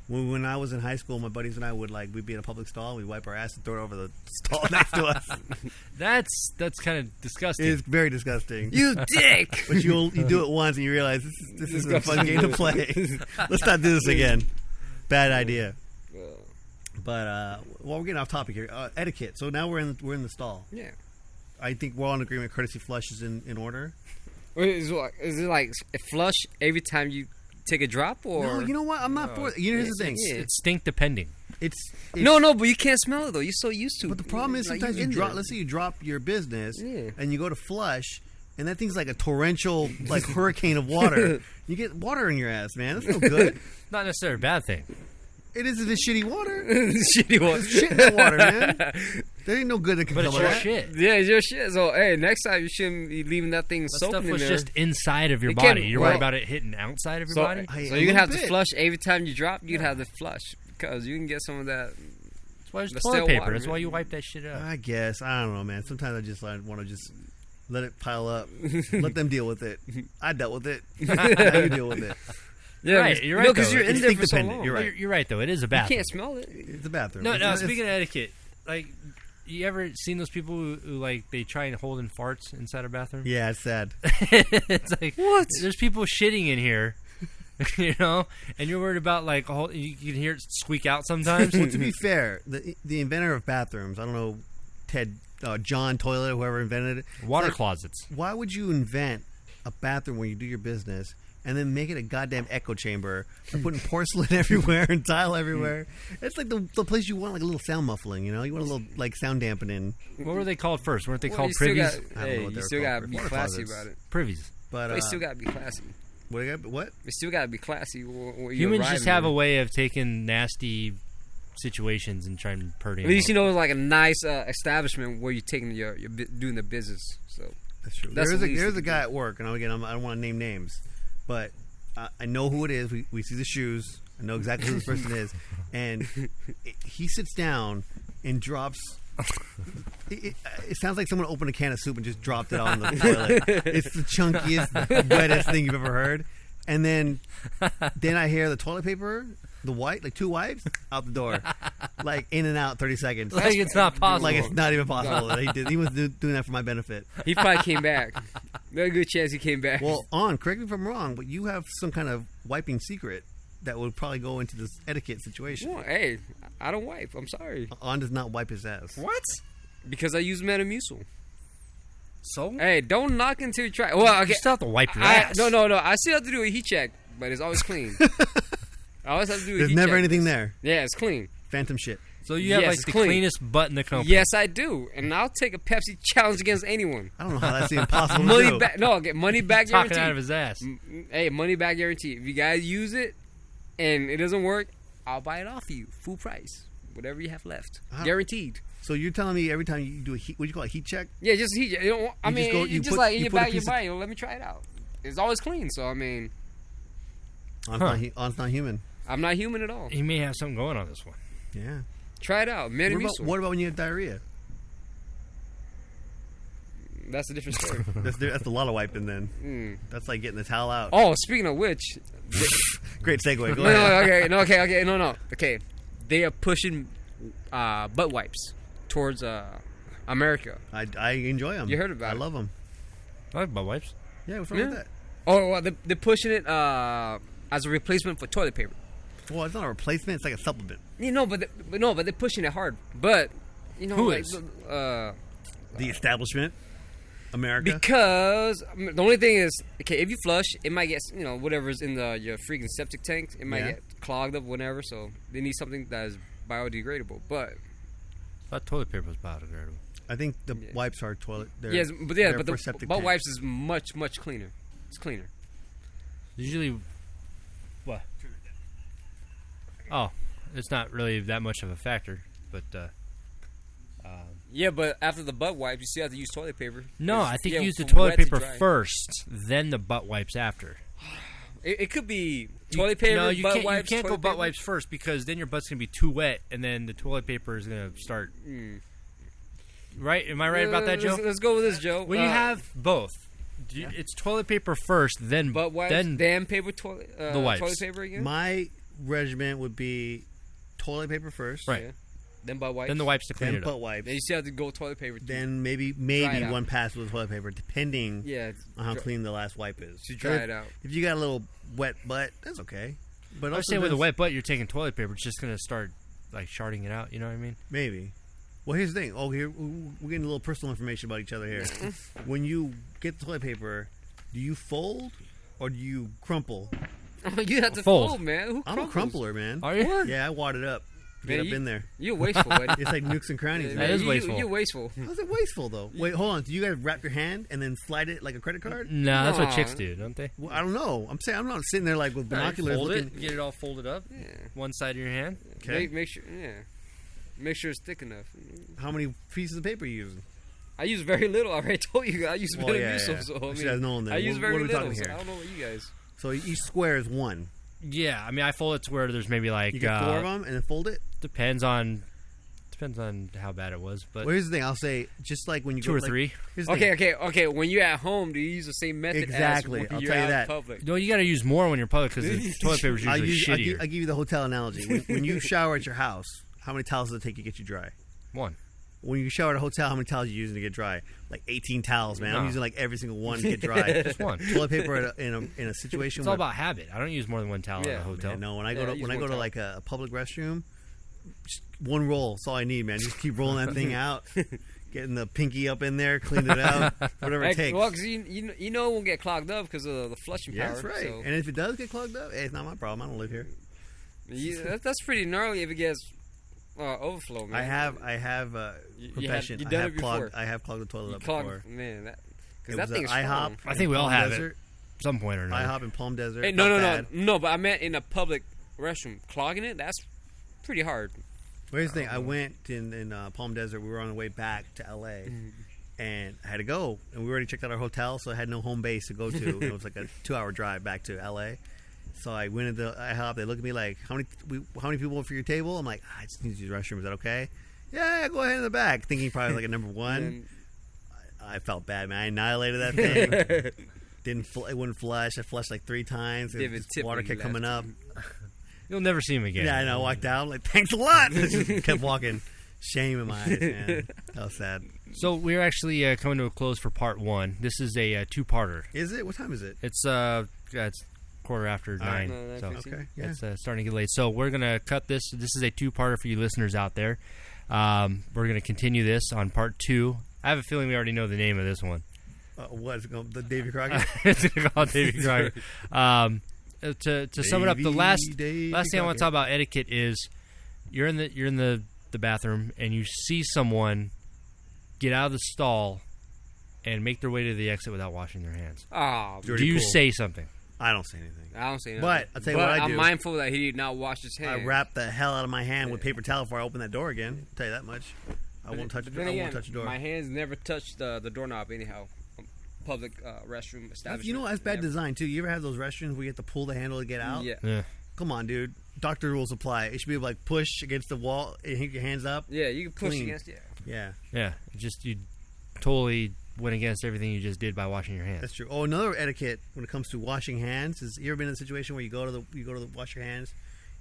Speaker 4: when, when I was in high school, my buddies and I would like we'd be in a public stall, we'd wipe our ass and throw it over the stall next to us.
Speaker 3: That's that's kind of disgusting.
Speaker 4: It's very disgusting.
Speaker 5: you dick.
Speaker 4: but you you do it once and you realize this, is- this isn't a fun game to play. Let's not do this again. Bad idea. But uh, well, we're getting off topic here. Uh, etiquette. So now we're in we're in the stall.
Speaker 5: yeah.
Speaker 4: I think we're all in agreement. Courtesy flush is in, in order.
Speaker 5: Wait, Is it like, is it like a flush every time you take a drop, or
Speaker 4: no, you know what? I'm not for. You know, here's the thing.
Speaker 5: yeah.
Speaker 3: it's stink depending.
Speaker 4: It's, it's
Speaker 5: no, no, but you can't smell it though. You're so used to.
Speaker 4: But the problem is
Speaker 5: like,
Speaker 4: sometimes
Speaker 5: you've
Speaker 4: you
Speaker 5: been
Speaker 4: drop.
Speaker 5: there.
Speaker 4: Let's say you drop your business
Speaker 5: Yeah.
Speaker 4: and you go to flush, and that thing's like a torrential, like hurricane of water. You get water in your ass, man. That's no good.
Speaker 3: Not necessarily a bad thing.
Speaker 4: it isn't this shitty water.
Speaker 5: shitty one.
Speaker 4: Shit in that water, man. There ain't no good that can
Speaker 3: But it's
Speaker 4: come of
Speaker 3: your
Speaker 4: that.
Speaker 3: shit.
Speaker 5: Yeah, it's your shit. So hey, next time you shouldn't be leaving that thing
Speaker 3: That stuff
Speaker 5: soaking in
Speaker 3: was
Speaker 5: there.
Speaker 3: just inside of your
Speaker 5: It can-
Speaker 3: body. You're worried
Speaker 5: well-
Speaker 3: about it hitting outside of your
Speaker 5: so,
Speaker 3: body.
Speaker 4: I-
Speaker 5: so
Speaker 4: a
Speaker 5: you're
Speaker 4: little
Speaker 5: gonna have
Speaker 4: bit.
Speaker 5: to flush every time you drop. You'd have to flush because you can get some of that.
Speaker 3: That's why there's
Speaker 5: the
Speaker 3: toilet
Speaker 5: stale
Speaker 3: paper.
Speaker 5: water,
Speaker 3: that's why
Speaker 5: man.
Speaker 3: you wipe that shit up.
Speaker 4: I guess I don't know, man. Sometimes I just like, want to just let it pile up. let them deal with it. I dealt with it. now you deal with it.
Speaker 5: Yeah,
Speaker 3: Right,
Speaker 5: but-
Speaker 3: you're right,
Speaker 5: No, because
Speaker 3: though.
Speaker 5: you're in
Speaker 4: It's
Speaker 5: there
Speaker 4: stink
Speaker 5: for so
Speaker 4: dependent,
Speaker 5: long.
Speaker 4: you're
Speaker 3: No,
Speaker 4: right.
Speaker 3: You're, you're right though. It is a bad.
Speaker 5: You can't smell it.
Speaker 4: It's a bathroom.
Speaker 3: No,
Speaker 4: It's
Speaker 3: no.
Speaker 4: not-
Speaker 3: Speaking of etiquette, like you ever seen those people who, who like they try and hold in farts inside a bathroom?
Speaker 4: it's, yeah, it's sad.
Speaker 3: it's like
Speaker 5: What?
Speaker 3: There's people shitting in here, you know, and you're worried about like a whole, you can hear it squeak out sometimes.
Speaker 4: to be fair, the the inventor of bathrooms, I don't know, Ted, uh, John Toilet, whoever invented it.
Speaker 3: Water
Speaker 4: Like,
Speaker 3: closets.
Speaker 4: Why would you invent a bathroom where you do your business and then make it a goddamn echo chamber? and putting porcelain everywhere and tile everywhere. It's like the, the place you want like a little sound muffling. You know, you want a little like sound dampening.
Speaker 3: What were they called first? Weren't they
Speaker 5: Well,
Speaker 3: called
Speaker 5: you still
Speaker 3: privies?
Speaker 5: got,
Speaker 4: I don't know
Speaker 5: hey,
Speaker 4: what
Speaker 5: you
Speaker 4: they're
Speaker 5: still
Speaker 4: called.
Speaker 5: gotta be
Speaker 4: Water
Speaker 5: classy
Speaker 4: closets.
Speaker 5: about it.
Speaker 3: Privies.
Speaker 4: But
Speaker 5: But
Speaker 4: uh,
Speaker 5: you still gotta be classy.
Speaker 4: what? do you got- What?
Speaker 5: We still gotta be classy. When when you
Speaker 3: Humans
Speaker 5: arrive
Speaker 3: just have
Speaker 5: there.
Speaker 3: a way of taking nasty situations and trying to purdy.
Speaker 5: At least you know it's like a nice uh, establishment where you're taking your, your bu- doing the business. So
Speaker 4: That's true.
Speaker 5: That's
Speaker 4: there's
Speaker 5: the
Speaker 4: a,
Speaker 5: least
Speaker 4: there's
Speaker 5: you
Speaker 4: a
Speaker 5: can
Speaker 4: guy at work, and again, I'm, I don't want to name names, but I, I know who it is. We, we see the shoes. I know exactly who this person is, and it, he sits down and drops. It, it, it sounds like someone opened a can of soup and just dropped it on the toilet. It's the chunkiest, wettest thing you've ever heard. And then, then I hear the toilet paper, the white, like two wipes, out the door, like in and out, thirty seconds.
Speaker 3: like it's not possible.
Speaker 4: Like it's not even possible. that He did. He was do- doing that for my benefit.
Speaker 5: he probably came back. There's a good chance he came back.
Speaker 4: Well, on correct me if I'm wrong, but you have some kind of wiping secret that would probably go into this etiquette situation.
Speaker 5: Well, hey, I don't wipe. I'm sorry.
Speaker 4: On does not wipe his ass.
Speaker 5: What? Because I use Metamucil.
Speaker 3: So
Speaker 5: Hey, don't knock until you try. Well, okay.
Speaker 3: you still have to wipe your
Speaker 5: I,
Speaker 3: ass.
Speaker 5: no, no, no. I still have to do a heat check, but it's always clean. I always have to do a
Speaker 4: There's
Speaker 5: heat
Speaker 4: never
Speaker 5: check.
Speaker 4: anything there.
Speaker 5: Yeah, it's clean.
Speaker 4: Phantom shit.
Speaker 3: So you have
Speaker 5: Yes,
Speaker 3: like
Speaker 5: it's
Speaker 3: the
Speaker 5: clean.
Speaker 3: cleanest butt in the company.
Speaker 5: Yes, I do, and I'll take a Pepsi challenge against anyone.
Speaker 4: I don't know how that's even possible. to
Speaker 5: Money
Speaker 4: do.
Speaker 5: back, no, get money back
Speaker 3: talking
Speaker 5: guarantee.
Speaker 3: out of his ass.
Speaker 5: Mm, hey, money back guarantee. If you guys use it and it doesn't work, I'll buy it off you, full price, whatever you have left,
Speaker 4: Wow.
Speaker 5: guaranteed.
Speaker 4: So you're telling me every time you do a heat, what do you call it, heat check?
Speaker 5: Yeah, just he. You don't, I
Speaker 4: You just
Speaker 5: mean,
Speaker 4: go-
Speaker 5: you
Speaker 4: you
Speaker 5: just
Speaker 4: put-
Speaker 5: like in
Speaker 4: you
Speaker 5: your
Speaker 4: put a
Speaker 5: back, your
Speaker 4: piece of-
Speaker 5: body. Let me try it out. It's always clean, so I mean,
Speaker 4: On
Speaker 3: Huh.
Speaker 4: not, hu- on's not human.
Speaker 5: I'm not human at all.
Speaker 3: He may have something going on this one.
Speaker 4: Yeah.
Speaker 5: Try it out,
Speaker 4: What
Speaker 5: Metamucil.
Speaker 4: about, what about when you have diarrhea?
Speaker 5: That's a different story.
Speaker 4: That's, that's a lot of wiping then.
Speaker 5: Mm.
Speaker 4: That's like getting the towel out.
Speaker 5: Oh, speaking of which,
Speaker 4: Great segue. Go
Speaker 5: no, no,
Speaker 4: ahead.
Speaker 5: okay, no, okay, okay, no, no, okay. They are pushing uh, butt wipes towards uh, America.
Speaker 4: I, I enjoy them.
Speaker 5: You heard about
Speaker 4: I
Speaker 5: it.
Speaker 4: love them.
Speaker 3: I like butt wipes.
Speaker 4: Yeah, what's wrong
Speaker 5: Yeah.
Speaker 4: with
Speaker 5: Oh, well, they're, they're pushing it uh, as a replacement for toilet paper.
Speaker 4: that? Well, it's not a replacement. It's like a supplement.
Speaker 5: You know, but, they, but no, but they're pushing it hard. But you know,
Speaker 3: Who
Speaker 5: like,
Speaker 3: is?
Speaker 5: Uh,
Speaker 4: The establishment, America.
Speaker 5: because I mean, the only thing is, okay, if you flush, it might get you know whatever's in the your freaking septic tank, it might
Speaker 4: Yeah.
Speaker 5: get clogged up, whatever. So they need something that is biodegradable. But
Speaker 3: That toilet paper was biodegradable.
Speaker 4: I think the
Speaker 5: Yeah.
Speaker 4: wipes are toilet. They're,
Speaker 5: yes, but yeah,
Speaker 4: they're
Speaker 5: but
Speaker 4: for
Speaker 5: the
Speaker 4: septic
Speaker 5: butt
Speaker 4: tanks.
Speaker 5: wipes is much much cleaner. It's cleaner.
Speaker 3: Usually, what? Oh, it's not really that much of a factor, but uh,
Speaker 5: Yeah, but after the butt wipes, you still have to use toilet paper.
Speaker 3: no,
Speaker 5: It's-
Speaker 3: I think
Speaker 5: yeah,
Speaker 3: you use the
Speaker 5: from
Speaker 3: toilet
Speaker 5: wet to
Speaker 3: paper
Speaker 5: dry.
Speaker 3: first, then the butt wipes after.
Speaker 5: It, it could be toilet paper,
Speaker 3: No, you
Speaker 5: butt
Speaker 3: can't.
Speaker 5: wipes.
Speaker 3: you can't go
Speaker 5: toilet
Speaker 3: butt
Speaker 5: paper.
Speaker 3: wipes first because then your butt's gonna be too wet, and then the toilet paper is gonna start. Right? Am I right about that,
Speaker 5: Hmm. Uh, let's-
Speaker 3: Joe?
Speaker 5: Let's go with this, Joe.
Speaker 3: Well, you
Speaker 5: Uh,
Speaker 3: have both. Do you- It's toilet paper first, then
Speaker 5: butt wipes,
Speaker 3: then
Speaker 5: then, paper toilet, uh,
Speaker 3: the wipes.
Speaker 5: toilet paper again.
Speaker 4: My regimen would be toilet paper first,
Speaker 3: right.
Speaker 5: Yeah. Then butt wipes.
Speaker 3: Then the wipes to clean
Speaker 4: Then
Speaker 3: it up.
Speaker 4: butt wipes.
Speaker 5: Then you still have to go toilet paper.
Speaker 4: Then maybe
Speaker 5: Dry
Speaker 4: maybe
Speaker 5: it out.
Speaker 4: one pass with toilet paper, depending
Speaker 5: yeah,
Speaker 4: on how
Speaker 5: dr-
Speaker 4: clean the last wipe is.
Speaker 5: To dry
Speaker 4: if,
Speaker 5: it out.
Speaker 4: If you got a little wet butt, that's okay. But
Speaker 3: I
Speaker 4: also
Speaker 3: was saying with a
Speaker 4: there's-
Speaker 3: wet butt, you're taking toilet paper. It's just gonna start like sharding it out. You know what I mean?
Speaker 4: Maybe. Well, here's the thing. Oh, here we're getting a little personal information about each other here. when you get the toilet paper, do you fold or do you crumple?
Speaker 5: you have to
Speaker 3: Fold.
Speaker 5: fold, man. Who
Speaker 4: I'm a
Speaker 5: crumples?
Speaker 4: crumpler, man.
Speaker 3: Are you?
Speaker 5: What?
Speaker 4: Yeah, I wad it up. Get
Speaker 5: Man,
Speaker 4: up
Speaker 5: you-
Speaker 4: in there.
Speaker 5: You're wasteful, buddy.
Speaker 4: It's like nukes and crannies.
Speaker 5: Yeah,
Speaker 4: man.
Speaker 3: is
Speaker 5: you-
Speaker 3: wasteful.
Speaker 5: You're wasteful.
Speaker 4: How's it wasteful though? Wait, hold on. Do you guys wrap your hand and then slide it like a credit card?
Speaker 3: No, that's what
Speaker 5: No.
Speaker 3: chicks do, don't they?
Speaker 4: Well, I don't know. I'm saying I'm not sitting there like with binoculars
Speaker 3: fold
Speaker 4: looking.
Speaker 3: it, get it all folded up, one side of your hand.
Speaker 4: Okay.
Speaker 5: Make, make sure, yeah. Make sure it's thick enough.
Speaker 4: How many pieces of paper you using?
Speaker 5: I use very little. I already told you. I use
Speaker 4: Well,
Speaker 5: very
Speaker 4: yeah,
Speaker 5: little.
Speaker 4: yeah.
Speaker 5: So I mean,
Speaker 4: She doesn't know then.
Speaker 5: I use
Speaker 4: What-
Speaker 5: very
Speaker 4: what are we
Speaker 5: little.
Speaker 4: talking
Speaker 5: So I
Speaker 4: here?
Speaker 5: don't know what you guys.
Speaker 4: So each square is one.
Speaker 3: Yeah, I mean, I fold it to where there's maybe like
Speaker 4: You get four of
Speaker 3: uh,
Speaker 4: them and then fold it.
Speaker 3: depends on depends on how bad it was, but
Speaker 4: Well, here's the thing. I'll say just like when you
Speaker 3: two
Speaker 4: go,
Speaker 3: or
Speaker 4: like-
Speaker 3: three.
Speaker 4: Here's the
Speaker 5: Okay, okay, okay. When you're at home, do you use the same method?
Speaker 4: Exactly.
Speaker 5: As when
Speaker 4: I'll
Speaker 5: you're
Speaker 4: tell you
Speaker 5: out
Speaker 4: that.
Speaker 5: In public.
Speaker 3: No, you got to use more when you're public because the toilet paper's
Speaker 4: I'll,
Speaker 3: usually
Speaker 4: use- I'll, gi-
Speaker 3: shittier.
Speaker 4: I'll give you the hotel analogy. When, when you shower at your house, how many towels does it take to get you dry?
Speaker 3: One.
Speaker 4: When you shower at a hotel, how many towels are you using to get dry? Like 18 towels, man. I'm
Speaker 3: No.
Speaker 4: using like every single one to get dry.
Speaker 3: Just one.
Speaker 4: Toilet paper at a, in, a, in a situation
Speaker 3: It's all
Speaker 4: where.
Speaker 3: about habit. I don't use more than one towel in
Speaker 5: Yeah,
Speaker 3: a hotel.
Speaker 4: man, no, when I go
Speaker 5: Yeah,
Speaker 4: to
Speaker 5: use
Speaker 4: when I
Speaker 5: one
Speaker 4: go to
Speaker 5: towel.
Speaker 4: like a, a public restroom, just one roll. That's all I need, man. Just keep rolling that thing out, getting the pinky up in there, clean it out, whatever it
Speaker 5: Like,
Speaker 4: takes.
Speaker 5: well, 'cause you, you kn- you know it won't get clogged up because of the flushing
Speaker 4: yeah,
Speaker 5: power.
Speaker 4: that's right.
Speaker 5: So
Speaker 4: And if it does get clogged up, eh, it's not my problem. I don't live here.
Speaker 5: you- that- that's pretty gnarly if it gets uh, overflow, man.
Speaker 4: I have, I have uh,
Speaker 5: You- you had-
Speaker 4: profession.
Speaker 5: you
Speaker 4: I
Speaker 5: done
Speaker 4: have
Speaker 5: it before.
Speaker 4: clogged. I have clogged the toilet
Speaker 5: You
Speaker 4: up
Speaker 5: clogged,
Speaker 4: before.
Speaker 5: man. That,
Speaker 4: It
Speaker 5: because that
Speaker 4: was at
Speaker 5: thing's
Speaker 4: IHOP.
Speaker 5: strong.
Speaker 3: I think we all
Speaker 4: Palm
Speaker 3: have
Speaker 4: Desert.
Speaker 3: At some point or another.
Speaker 4: IHOP in Palm Desert.
Speaker 5: Hey, no, no,
Speaker 4: Not
Speaker 5: no,
Speaker 4: bad.
Speaker 5: no. But I meant in a public restroom, clogging it. That's pretty hard.
Speaker 4: But here's the thing. I went in in uh, Palm Desert. We were on the way back to LA, and I had to go. And we already checked out our hotel, so I had no home base to go to. and it was like a two hour drive back to LA. So I went into IHOP. They looked at me like, "How many we, how many people for your table?" I'm like, "I just need to use the restroom. Is that okay?" Yeah, yeah, go ahead in the back. Thinking probably like a number one. I, I felt bad, man. I annihilated that thing. Didn't fl- it wouldn't flush. I flushed like three times. It
Speaker 5: David
Speaker 4: was just
Speaker 5: Tippett
Speaker 4: water kept
Speaker 5: left.
Speaker 4: coming up.
Speaker 3: You'll never see him again.
Speaker 4: Yeah, and I walked out like, thanks a lot. Just kept walking. Shame in my eyes, man. That was sad.
Speaker 3: So we're actually uh, coming to a close for part one. This is a uh, two-parter.
Speaker 4: Is it? What time is it?
Speaker 3: It's uh, yeah, it's quarter after
Speaker 4: right.
Speaker 3: nine.
Speaker 5: No,
Speaker 3: so
Speaker 5: 9:15.
Speaker 4: Okay, yeah.
Speaker 3: it's uh, starting to get late. So we're gonna cut this. This is a two-parter for you listeners out there. Um, we're gonna continue this on part two. I have a feeling we already know the name of this one.
Speaker 4: Uh, what is it called? The Davy Crockett?
Speaker 3: it's gonna call it Davy Crockett. Um, uh, to to sum it up, the
Speaker 4: Davy,
Speaker 3: last
Speaker 4: Davy
Speaker 3: last thing I want
Speaker 4: Crockett.
Speaker 3: to talk about etiquette is you're in the you're in the the bathroom and you see someone get out of the stall and make their way to the exit without washing their hands.
Speaker 5: Oh,
Speaker 4: Jordy
Speaker 3: Do you
Speaker 4: Poole.
Speaker 3: say something?
Speaker 4: I don't say anything.
Speaker 5: I don't say nothing.
Speaker 4: But, I'll tell you
Speaker 5: But
Speaker 4: what I
Speaker 5: I'm
Speaker 4: do.
Speaker 5: mindful that he did not wash his hands.
Speaker 4: I wrap the hell out of my hand with paper towel before I open that door again. I'll tell you that much. I won't touch.
Speaker 5: But
Speaker 4: I
Speaker 5: then again,
Speaker 4: won't touch the door.
Speaker 5: My hands never touch the, the doorknob anyhow. Um, Public uh, restroom establishment.
Speaker 4: You know that's bad
Speaker 5: Never.
Speaker 4: design too. You ever have those restrooms where you have to pull the handle to get out?
Speaker 5: Yeah.
Speaker 3: Yeah.
Speaker 4: Come on, dude. Doctor rules apply. It should be like push against the wall and hit your hands up.
Speaker 5: Yeah, you can push
Speaker 4: Clean.
Speaker 5: against it.
Speaker 4: Yeah,
Speaker 3: Yeah, it just you totally went against everything you just did by washing your hands.
Speaker 4: that's true. Oh, another etiquette when it comes to washing hands is you ever been in a situation where you go to the you go to the, wash your hands,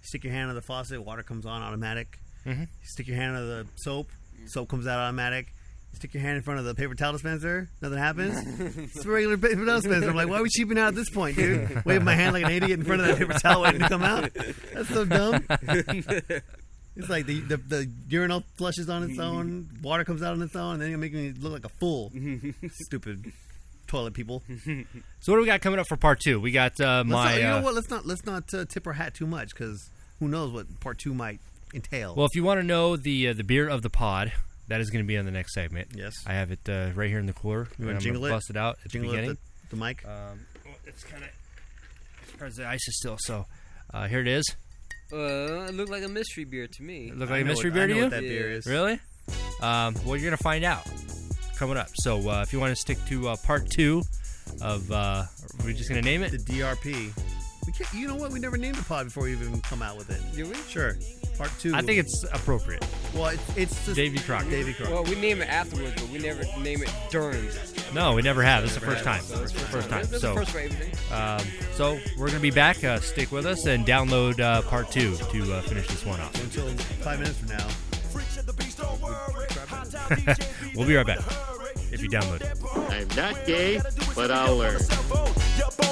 Speaker 4: you stick your hand on the faucet, water comes on automatic. Mm-hmm. You stick your hand on the soap, soap comes out automatic. You stick your hand in front of the paper towel dispenser, nothing happens. it's a regular paper towel dispenser. I'm like, why are we cheaping out at this point, dude? Wave my hand like an idiot in front of that paper towel waiting to come out. That's so dumb. It's like the, the the urinal flushes on its own, water comes out on its own, and then you're making me look like a fool. Stupid toilet people.
Speaker 3: So what do we got coming up for part two? We got uh,
Speaker 4: Let's
Speaker 3: my.
Speaker 4: not, you
Speaker 3: uh,
Speaker 4: know what? Let's not let's not uh, tip our hat too much because who knows what part two might entail.
Speaker 3: Well, if you want to know the uh, the beer of the pod, that is going to be on the next segment.
Speaker 4: Yes.
Speaker 3: I have it uh, right here in the cooler.
Speaker 4: You wanna
Speaker 3: I'm
Speaker 4: jingle it?
Speaker 3: bust it out at
Speaker 4: jingle
Speaker 3: the
Speaker 4: at
Speaker 3: beginning.
Speaker 4: the, the mic.
Speaker 3: Um, well, it's kind of as far as the ice is still. So uh, here it is.
Speaker 5: Uh, it looked like a mystery beer to me.
Speaker 3: It looked
Speaker 4: I
Speaker 3: like a
Speaker 4: know
Speaker 3: mystery
Speaker 4: what,
Speaker 3: beer
Speaker 4: I
Speaker 3: to
Speaker 4: know
Speaker 3: you.
Speaker 4: What that beer
Speaker 5: Yeah.
Speaker 4: is.
Speaker 3: Really? Um, well, you're gonna find out coming up. So uh, if you want to stick to uh, part two of, uh, we're just gonna name
Speaker 4: The
Speaker 3: it.
Speaker 4: DRP. We can't, you know what? We never named the pod before we even come out with it.
Speaker 5: Did we?
Speaker 4: Sure. Part two.
Speaker 3: I think it's appropriate.
Speaker 4: well, it's, it's just
Speaker 3: Davy Crockett.
Speaker 4: Davy Crockett.
Speaker 5: Well, we name it afterwards, but we never name it during.
Speaker 3: No, we never have. This is the first time.
Speaker 5: So it's
Speaker 3: First time.
Speaker 5: That's
Speaker 3: So.
Speaker 5: the first for everything.
Speaker 3: Um, so we're gonna be back. Uh, stick with us and download uh, part two to uh, finish this one off.
Speaker 4: Until five minutes from now.
Speaker 3: We'll be right back if you download.
Speaker 7: I'm not gay, but I'll learn.